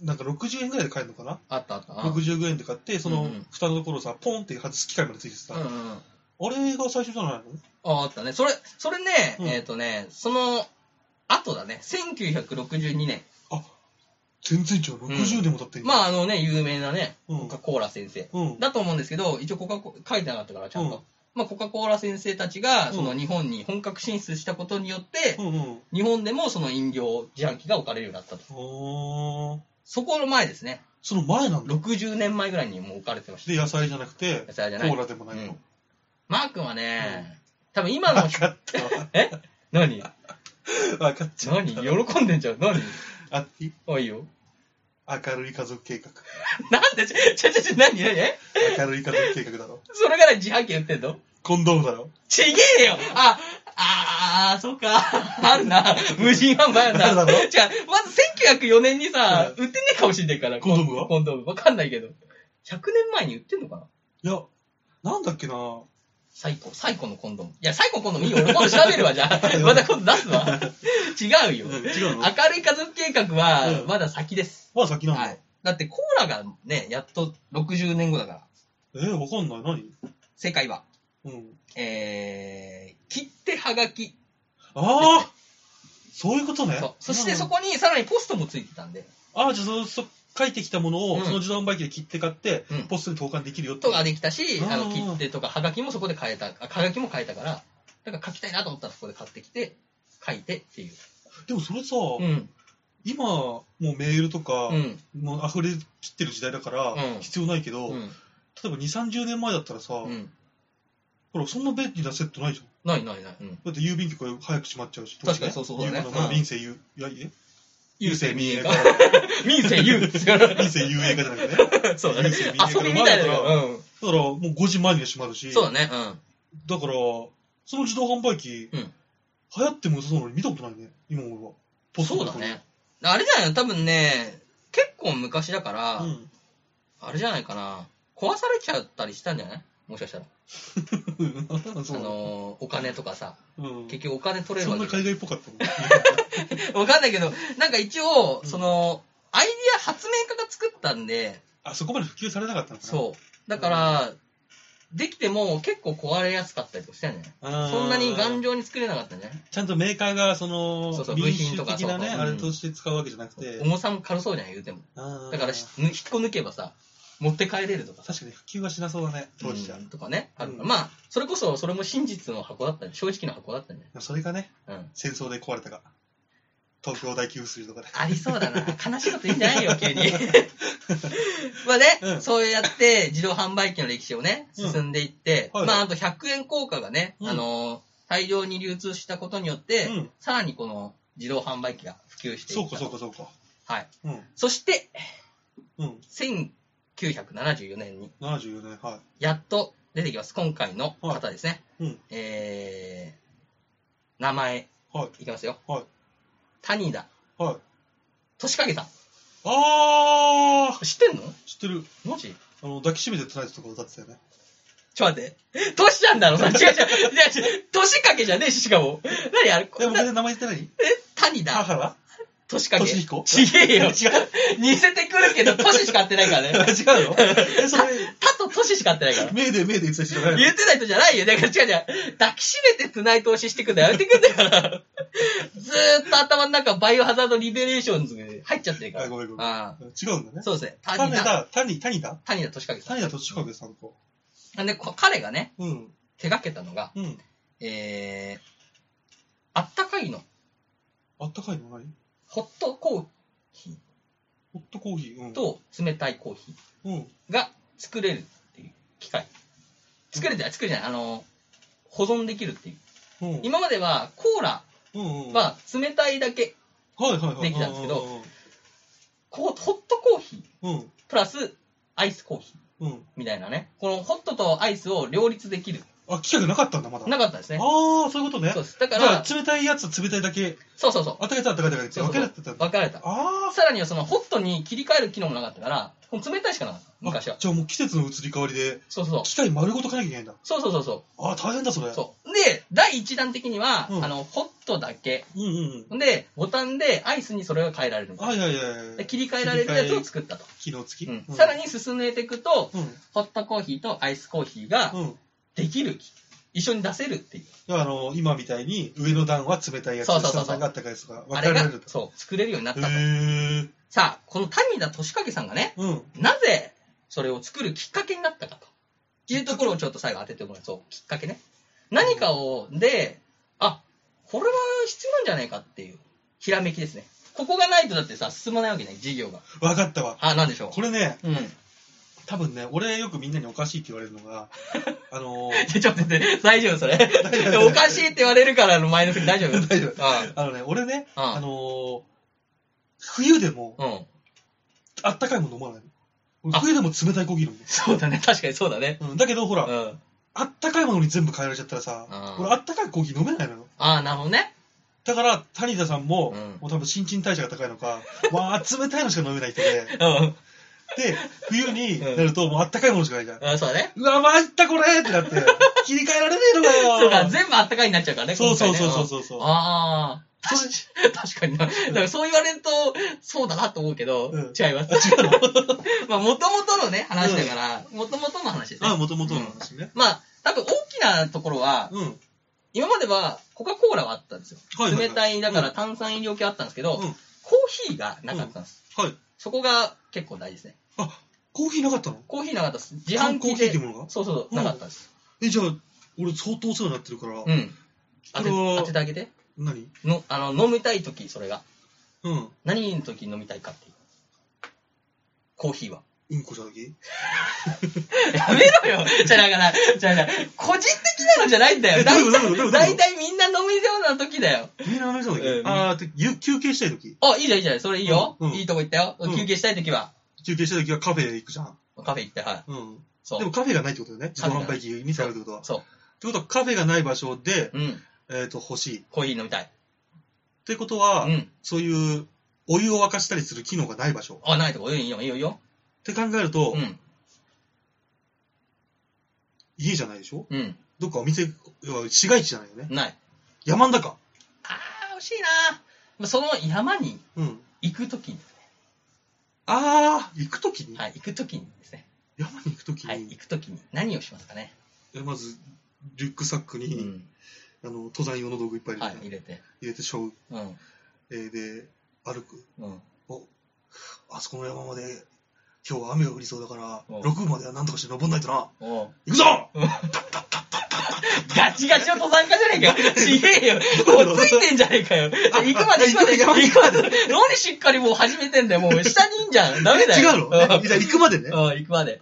Speaker 3: なんか60円ぐらいで買えるのかな
Speaker 2: あったあった。うん
Speaker 3: ?65 円で買って、そ
Speaker 2: うん
Speaker 3: の
Speaker 2: うん
Speaker 3: 蓋のところさ、ポンって外す機械までついてさ、
Speaker 2: うんうん。
Speaker 3: あれが最初じゃないの
Speaker 2: ああったね。それ、それね、
Speaker 3: うん
Speaker 2: えっ、とね、その後だね、1962年。
Speaker 3: 全然違う。60年も経ってん
Speaker 2: ま
Speaker 3: あ、
Speaker 2: あ、あのね、有名なね、
Speaker 3: うん
Speaker 2: コカ・コーラ先生。
Speaker 3: うん。
Speaker 2: だと思うんですけど、一応コカコ、書いてなかったから、ちゃんと。
Speaker 3: うん
Speaker 2: まあ、コカ・コーラ先生たちが、
Speaker 3: うん
Speaker 2: その日本に本格進出したことによって、
Speaker 3: うんうん。
Speaker 2: 日本でもその飲料自販機が置かれるようになったと。
Speaker 3: おー。
Speaker 2: そこの前ですね。
Speaker 3: その前なんだ。
Speaker 2: 60年前ぐらいにもう置かれてました。
Speaker 3: で、野菜じゃなくて、
Speaker 2: 野菜じゃない
Speaker 3: コーラでもないの。
Speaker 2: マー君はね、多分今
Speaker 3: 分
Speaker 2: の、
Speaker 3: かったわ。
Speaker 2: え何
Speaker 3: 分かっちゃう。
Speaker 2: 何喜んでんじゃん。何
Speaker 3: あ、い
Speaker 2: あ、いいよ。
Speaker 3: 明るい家族計画。
Speaker 2: なんで、ちょ、ちょ、ちょ、何、何え
Speaker 3: 明るい家族計画だろ。
Speaker 2: それから自販機売ってんの
Speaker 3: コンドームだろ。
Speaker 2: ちげえよあ、あー、そうか。あるな。無人販売あるな。
Speaker 3: あるだろ
Speaker 2: 違う、まず1904年にさ、売ってねえかもしんないから。
Speaker 3: コンドームが
Speaker 2: コンドーム。わかんないけど。100年前に売ってんのかない
Speaker 3: や、なんだっけなぁ。
Speaker 2: サイコ、サイコのコンドーム。いや、サイコのコンドームいいよ。俺今度調べるわ、じゃあ。また今度出すわ。違うよ
Speaker 3: うん。違うの
Speaker 2: 明るい家族計画は
Speaker 3: う、ん
Speaker 2: まだ先です。
Speaker 3: まあ先なんだ。
Speaker 2: はい。だってコーラがね、やっと60年後だから。
Speaker 3: えー、わかんない。
Speaker 2: 正解は、
Speaker 3: 何うん。
Speaker 2: えー、切手はがき。
Speaker 3: ああそういうことね。
Speaker 2: そう。そして
Speaker 3: うん
Speaker 2: そこにさらにポストもついてたんで。
Speaker 3: ああ、じゃあその、そ書いてきたものを、
Speaker 2: うん
Speaker 3: その自動販売機で切って買って、
Speaker 2: うん
Speaker 3: ポストに投函できるよって。
Speaker 2: とができたし、あ
Speaker 3: あ
Speaker 2: の、
Speaker 3: ー
Speaker 2: 切手とかはがきもそこで変えた、あはがきも変えたから、だから書きたいなと思ったらそこで買ってきて、書いてっていう。
Speaker 3: でもそれさ、
Speaker 2: うん。
Speaker 3: 今、もうメールとか
Speaker 2: う、ん。
Speaker 3: もう溢れ切ってる時代だから
Speaker 2: うん、
Speaker 3: 必要ないけど、
Speaker 2: う
Speaker 3: 例
Speaker 2: ん。
Speaker 3: えば2、30年前だったらさ、
Speaker 2: うん。
Speaker 3: ほら、そんな便利なセットないじゃん。
Speaker 2: ないないない。うん。
Speaker 3: だって郵便局は早く閉まっちゃうし、
Speaker 2: 確かにそうそうだね
Speaker 3: 郵便の
Speaker 2: うん
Speaker 3: 民生ゆ、いや、え郵政民営化。
Speaker 2: 民生言う。
Speaker 3: 民生有営化じゃなくてね。だか
Speaker 2: そうだね。
Speaker 3: 郵政
Speaker 2: 遊び
Speaker 3: 民営化
Speaker 2: みたいだよ。
Speaker 3: ら、もう5時前には閉まる
Speaker 2: う
Speaker 3: し、
Speaker 2: ん。そう
Speaker 3: だ
Speaker 2: だね。
Speaker 3: から、その自動販売機、
Speaker 2: うん
Speaker 3: 流行っても良さそうなのに見たことないね、今俺は。
Speaker 2: う
Speaker 3: ポ
Speaker 2: ん。
Speaker 3: スト
Speaker 2: そ
Speaker 3: の
Speaker 2: う
Speaker 3: と
Speaker 2: だ
Speaker 3: ころ
Speaker 2: ね。あれじゃないの多分ね、結構昔だから、あれじゃないかな。壊されちゃったりしたんじゃないもしかしたら。
Speaker 3: うん。
Speaker 2: あ
Speaker 3: そうだね
Speaker 2: のー、お金とかさ。
Speaker 3: うん
Speaker 2: 結局お金取れる
Speaker 3: そ
Speaker 2: わ
Speaker 3: ん
Speaker 2: け
Speaker 3: な
Speaker 2: じゃん
Speaker 3: 海外っぽか ったの
Speaker 2: わかんないけど、なんか一応、
Speaker 3: うん
Speaker 2: その、アイディア発明家が作ったんで、
Speaker 3: あ、そこまで普及されなかったのかなう。
Speaker 2: そう。だから、できても結構壊れやすかったりとかしたんじゃないそんなに頑丈に作れなかったんじゃない
Speaker 3: ちゃんとメーカーが、その、
Speaker 2: そうそう
Speaker 3: 民
Speaker 2: 部品
Speaker 3: 主
Speaker 2: とか
Speaker 3: 的なね、
Speaker 2: そうそう
Speaker 3: あれとして使うわけじゃなくて。
Speaker 2: 重さも軽そうじゃない言うても。
Speaker 3: あー
Speaker 2: だからし、ぬ引っこ抜けばさ、持って帰れるとかさ。
Speaker 3: 確かに普及はしなそうだね、当時じゃ。
Speaker 2: う
Speaker 3: で
Speaker 2: んとかね。あるから
Speaker 3: うん
Speaker 2: まあ、それこそ、それも真実の箱だったね。正直の箱だったね。
Speaker 3: もそれがね、
Speaker 2: うん。
Speaker 3: 戦争で壊れたか。東京大給水とかで。
Speaker 2: ありそうだな。悲しいこと言うんじゃない よ、急に。まあね、
Speaker 3: うん
Speaker 2: そうやって自動販売機の歴史をね、
Speaker 3: うん
Speaker 2: 進んでいって、
Speaker 3: はいはい
Speaker 2: まああと100円硬貨がね、
Speaker 3: うん
Speaker 2: あのー大量に流通したことによって、
Speaker 3: うん
Speaker 2: さらにこの自動販売機が普及してい
Speaker 3: そ
Speaker 2: っ
Speaker 3: う
Speaker 2: たと
Speaker 3: か、そうか、そうか。
Speaker 2: はい。
Speaker 3: うん。
Speaker 2: そして、
Speaker 3: うん。
Speaker 2: 1974年に、
Speaker 3: 74年、は
Speaker 2: やっと出てきます。今回の方ですね。
Speaker 3: い。うん。
Speaker 2: えー、名前、
Speaker 3: はい。
Speaker 2: いきますよ。
Speaker 3: はい
Speaker 2: 谷田、
Speaker 3: はい。
Speaker 2: 年影さん。
Speaker 3: あ
Speaker 2: 知ってんの
Speaker 3: ー知ってる。
Speaker 2: マジ
Speaker 3: あの、抱きしめてトナイトとか歌ってたよね。
Speaker 2: ちょっと待って。トシちゃんだろそれ違う 違う。違う違う。年かけじゃねえし、しかも。何あれこ
Speaker 3: でも
Speaker 2: ん
Speaker 3: 僕
Speaker 2: な、
Speaker 3: で名前言ってない
Speaker 2: 谷だ。
Speaker 3: 母は
Speaker 2: 年かけ。
Speaker 3: 俊彦
Speaker 2: ちげえよ。
Speaker 3: 違う。
Speaker 2: 似せてくるけど、年しか合ってないからね。
Speaker 3: 違うの え、それ、
Speaker 2: たと年しか合ってないから。
Speaker 3: 目で目で言ってた人じゃないの
Speaker 2: 言ってない人じゃないよ。だから違う違う。抱きしめて繋い投資してくんだやめてくんだから。ずーっと頭の中、バイオハザードリベレーションズに入っちゃってるから。
Speaker 3: あごめんごめん
Speaker 2: あ
Speaker 3: 違うんだ
Speaker 2: あ
Speaker 3: ね。
Speaker 2: そうですね。
Speaker 3: 種
Speaker 2: 谷田。
Speaker 3: 田、谷、谷田
Speaker 2: 谷田年かけさ
Speaker 3: 谷田敏影さんと。
Speaker 2: ん。で、こ彼がね、
Speaker 3: うん。
Speaker 2: 手掛けたのが、
Speaker 3: うん。
Speaker 2: えー、あったかいの。
Speaker 3: あったかいの何
Speaker 2: ホットコーヒ
Speaker 3: ホットコーヒー。う
Speaker 2: ー
Speaker 3: ん。
Speaker 2: と冷たいコーヒ
Speaker 3: うん。
Speaker 2: ーが作れるっていう機械。作れるじゃない、作るじゃない、あの、保存できるっていう。
Speaker 3: うん。
Speaker 2: 今まではコーラ
Speaker 3: うんうん。
Speaker 2: は冷たいだけ、
Speaker 3: はいはいはい。
Speaker 2: できたんですけどこうホットコーヒー
Speaker 3: うん。
Speaker 2: プラスアイスコーヒー
Speaker 3: うん。
Speaker 2: みたいなね。このホットとアイスを両立できる。
Speaker 3: あ、機械がなかったんだ、まだ。
Speaker 2: なかったですね。
Speaker 3: ああ、そういうことね
Speaker 2: そう。です。だか
Speaker 3: じゃ
Speaker 2: ら、
Speaker 3: あ、冷たいやつ、冷たいだけ。
Speaker 2: そうそうそ
Speaker 3: あったかいやつ、あったかいだけって
Speaker 2: そうそう
Speaker 3: 分けられてたん
Speaker 2: う。
Speaker 3: だ。
Speaker 2: 分かれた。
Speaker 3: あ
Speaker 2: さらにはそのホットに切り替える機能もなかったから、もう冷たいしかなかった。
Speaker 3: あ。
Speaker 2: 昔は
Speaker 3: あ。じゃあもう季節の移り変わりで、
Speaker 2: そうそうそう。
Speaker 3: 機械丸ごとかなきゃいけないんだ。
Speaker 2: そうそうそうそう。
Speaker 3: ああ、大変だ、それ。
Speaker 2: そう。で、第1弾的には、
Speaker 3: うん
Speaker 2: あの、ホットだけ。
Speaker 3: う。うんうんうん。
Speaker 2: で、ボタンでアイスにそれが変えられるみたい
Speaker 3: あいやいやい
Speaker 2: な。
Speaker 3: や
Speaker 2: で、切り替えられるやつを作ったと。
Speaker 3: 機能付き。
Speaker 2: うんさら
Speaker 3: に。
Speaker 2: に進めていくと、
Speaker 3: うん。
Speaker 2: ホットコーヒーとアイスコーヒーが
Speaker 3: うん。
Speaker 2: できる。一緒に出せるっていう。
Speaker 3: 要はあの、今みたいに、上の段は冷たいやつ、
Speaker 2: そうそうそうそう
Speaker 3: 下の段があったかいやつとか、分
Speaker 2: あ
Speaker 3: か
Speaker 2: れ
Speaker 3: れ
Speaker 2: が
Speaker 3: られる、と。
Speaker 2: そう、作れるようになっ
Speaker 3: へ
Speaker 2: たと。
Speaker 3: ー。
Speaker 2: さあ、この谷田俊景さんがね、
Speaker 3: うん。
Speaker 2: なぜそれを作るきっかけになったかというところをちょっと最後当ててもらう。そう、きっかけね。何かを、で、あ、これは必要なんじゃないかっていう、ひらめきですね。ここがないとだってさ、進まないわけね、事業が。
Speaker 3: 分かったわ。
Speaker 2: あ、なんでしょ
Speaker 3: これね、
Speaker 2: う。うん。 ち
Speaker 3: 多分ね、俺よくみんなにおかしいって言われる のが、あのー、
Speaker 2: ょちょっと待って、大丈夫それ。おかしいって言われるからの前の振り大丈夫
Speaker 3: 大丈
Speaker 2: 夫。あ
Speaker 3: あのね、俺ね、
Speaker 2: あ
Speaker 3: あのー、冬でも
Speaker 2: うん。
Speaker 3: あったかいもの飲まないの。
Speaker 2: あ
Speaker 3: 冬でも冷たいコーヒー飲
Speaker 2: そうだね、確かにそうだね。
Speaker 3: む。うん、だけどほ
Speaker 2: う
Speaker 3: ら、
Speaker 2: ん。
Speaker 3: あったかいものに全部変えられちゃったらさ、
Speaker 2: うん
Speaker 3: 俺あったかいコーヒー飲めないのよ。
Speaker 2: ああ、なるほどね。
Speaker 3: だから、谷田さんも、
Speaker 2: うん
Speaker 3: もう多分新陳代謝が高いのか、わあ、冷たいのしか飲めない人で、
Speaker 2: うん。
Speaker 3: で、冬になると、もうあったかいものしかないじゃん。
Speaker 2: うん、そうだね。
Speaker 3: うわ、まいったこれってなって、切り替えられねえの
Speaker 2: そう
Speaker 3: か
Speaker 2: か、
Speaker 3: よ
Speaker 2: 全部あったかいになっちゃうからね、
Speaker 3: そうそうそう
Speaker 2: 今回ね
Speaker 3: そうそう。
Speaker 2: ああ。確か 確かにな。だからそう言われると、そうだなと思うけど、
Speaker 3: うん
Speaker 2: 違います。
Speaker 3: 違うの
Speaker 2: まあ、もともとのね、話だから、もともとの話ですね。
Speaker 3: あ、もともとの話ね。
Speaker 2: まあ、多分大きなところは、
Speaker 3: うん。
Speaker 2: 今まではコカ・コーラはあったんですよ。
Speaker 3: はいはいはい
Speaker 2: 冷たい、だから炭酸飲料系あったんですけど、
Speaker 3: うん
Speaker 2: コーヒーがなかったんです。
Speaker 3: はい。
Speaker 2: そこが結構大事ですね。
Speaker 3: あ、コーヒーなかったの
Speaker 2: コーヒーなかったです。自販
Speaker 3: コ
Speaker 2: 機
Speaker 3: ーヒー
Speaker 2: で。
Speaker 3: ってものが
Speaker 2: そうそうそう、
Speaker 3: うん
Speaker 2: なかったんです。
Speaker 3: え、じゃあ、俺相当お世話になってるから、
Speaker 2: うん。当て
Speaker 3: これは
Speaker 2: 当ててあげて。
Speaker 3: 何
Speaker 2: のあの飲みたいとき、それが。
Speaker 3: うん。
Speaker 2: 何のとき飲みたいかっていう。コーヒーは。
Speaker 3: うんこした時
Speaker 2: やめろよじゃあだから、じゃあだから個人的なのじゃないんだよ。
Speaker 3: えどういうことどういうことどういうこと
Speaker 2: 大体みんな飲みそうな時だよ。
Speaker 3: みんな飲みそうだ
Speaker 2: え
Speaker 3: け
Speaker 2: え
Speaker 3: あーてゆ休憩したい時
Speaker 2: あ、いいじゃんいいじゃん。それいいよ。
Speaker 3: うんうん
Speaker 2: いいとこ行ったよ。
Speaker 3: うん
Speaker 2: 休憩したい時は。
Speaker 3: 休憩した時はカフェ行くじゃん。
Speaker 2: カフェ行って、はい。
Speaker 3: うん。
Speaker 2: そ
Speaker 3: で
Speaker 2: う
Speaker 3: も。カフェがないってことだよね。自
Speaker 2: カフェが
Speaker 3: 動販売機にされるってことは。っ
Speaker 2: そ
Speaker 3: てことはカフェがない場所で、
Speaker 2: う。うん。
Speaker 3: えっと、欲しい。っ
Speaker 2: コーヒー飲みたい。
Speaker 3: てこと
Speaker 2: う
Speaker 3: は、
Speaker 2: ん。
Speaker 3: そういうお湯を沸かしたりする機能がない場所。っ
Speaker 2: あ、ないとこ。うん、いいよ、いいよ、いいよ。
Speaker 3: て考えると、
Speaker 2: うん。
Speaker 3: 家じゃないでしょ
Speaker 2: うん。
Speaker 3: どっかお店、要は市街地じゃないよね。
Speaker 2: ない。
Speaker 3: 山ん中。
Speaker 2: あー、惜しいなまあその山に
Speaker 3: うん。
Speaker 2: 行く時に、
Speaker 3: あー、行く時に、
Speaker 2: はい、行く時にですね。
Speaker 3: 山に行く時に、
Speaker 2: はい、行く時に何をしますかね。
Speaker 3: えまず、リュックサック
Speaker 2: う
Speaker 3: に、
Speaker 2: ん。
Speaker 3: あの、登山用の道具いっぱい入
Speaker 2: は
Speaker 3: れ
Speaker 2: い、
Speaker 3: て、
Speaker 2: 入れて。
Speaker 3: 入れてしょう。
Speaker 2: うん。
Speaker 3: えーで、歩く。
Speaker 2: うん。
Speaker 3: あそこの山まで、今日は雨が降りそうだから、
Speaker 2: うん
Speaker 3: 6分まではなんとかして登んないとな。
Speaker 2: おう
Speaker 3: 行くぞ
Speaker 2: ガチガチの登山家じゃねえかよ。ちげえよ。もうついてんじゃねえかよ。行くまで行くまで行
Speaker 3: あ行
Speaker 2: くまで。何しっかりもう始めてんだよ。もう下にいんじゃん。ダメだよ。
Speaker 3: 違うの、ね、じゃあ行くまでね。っ
Speaker 2: うん、行くまで。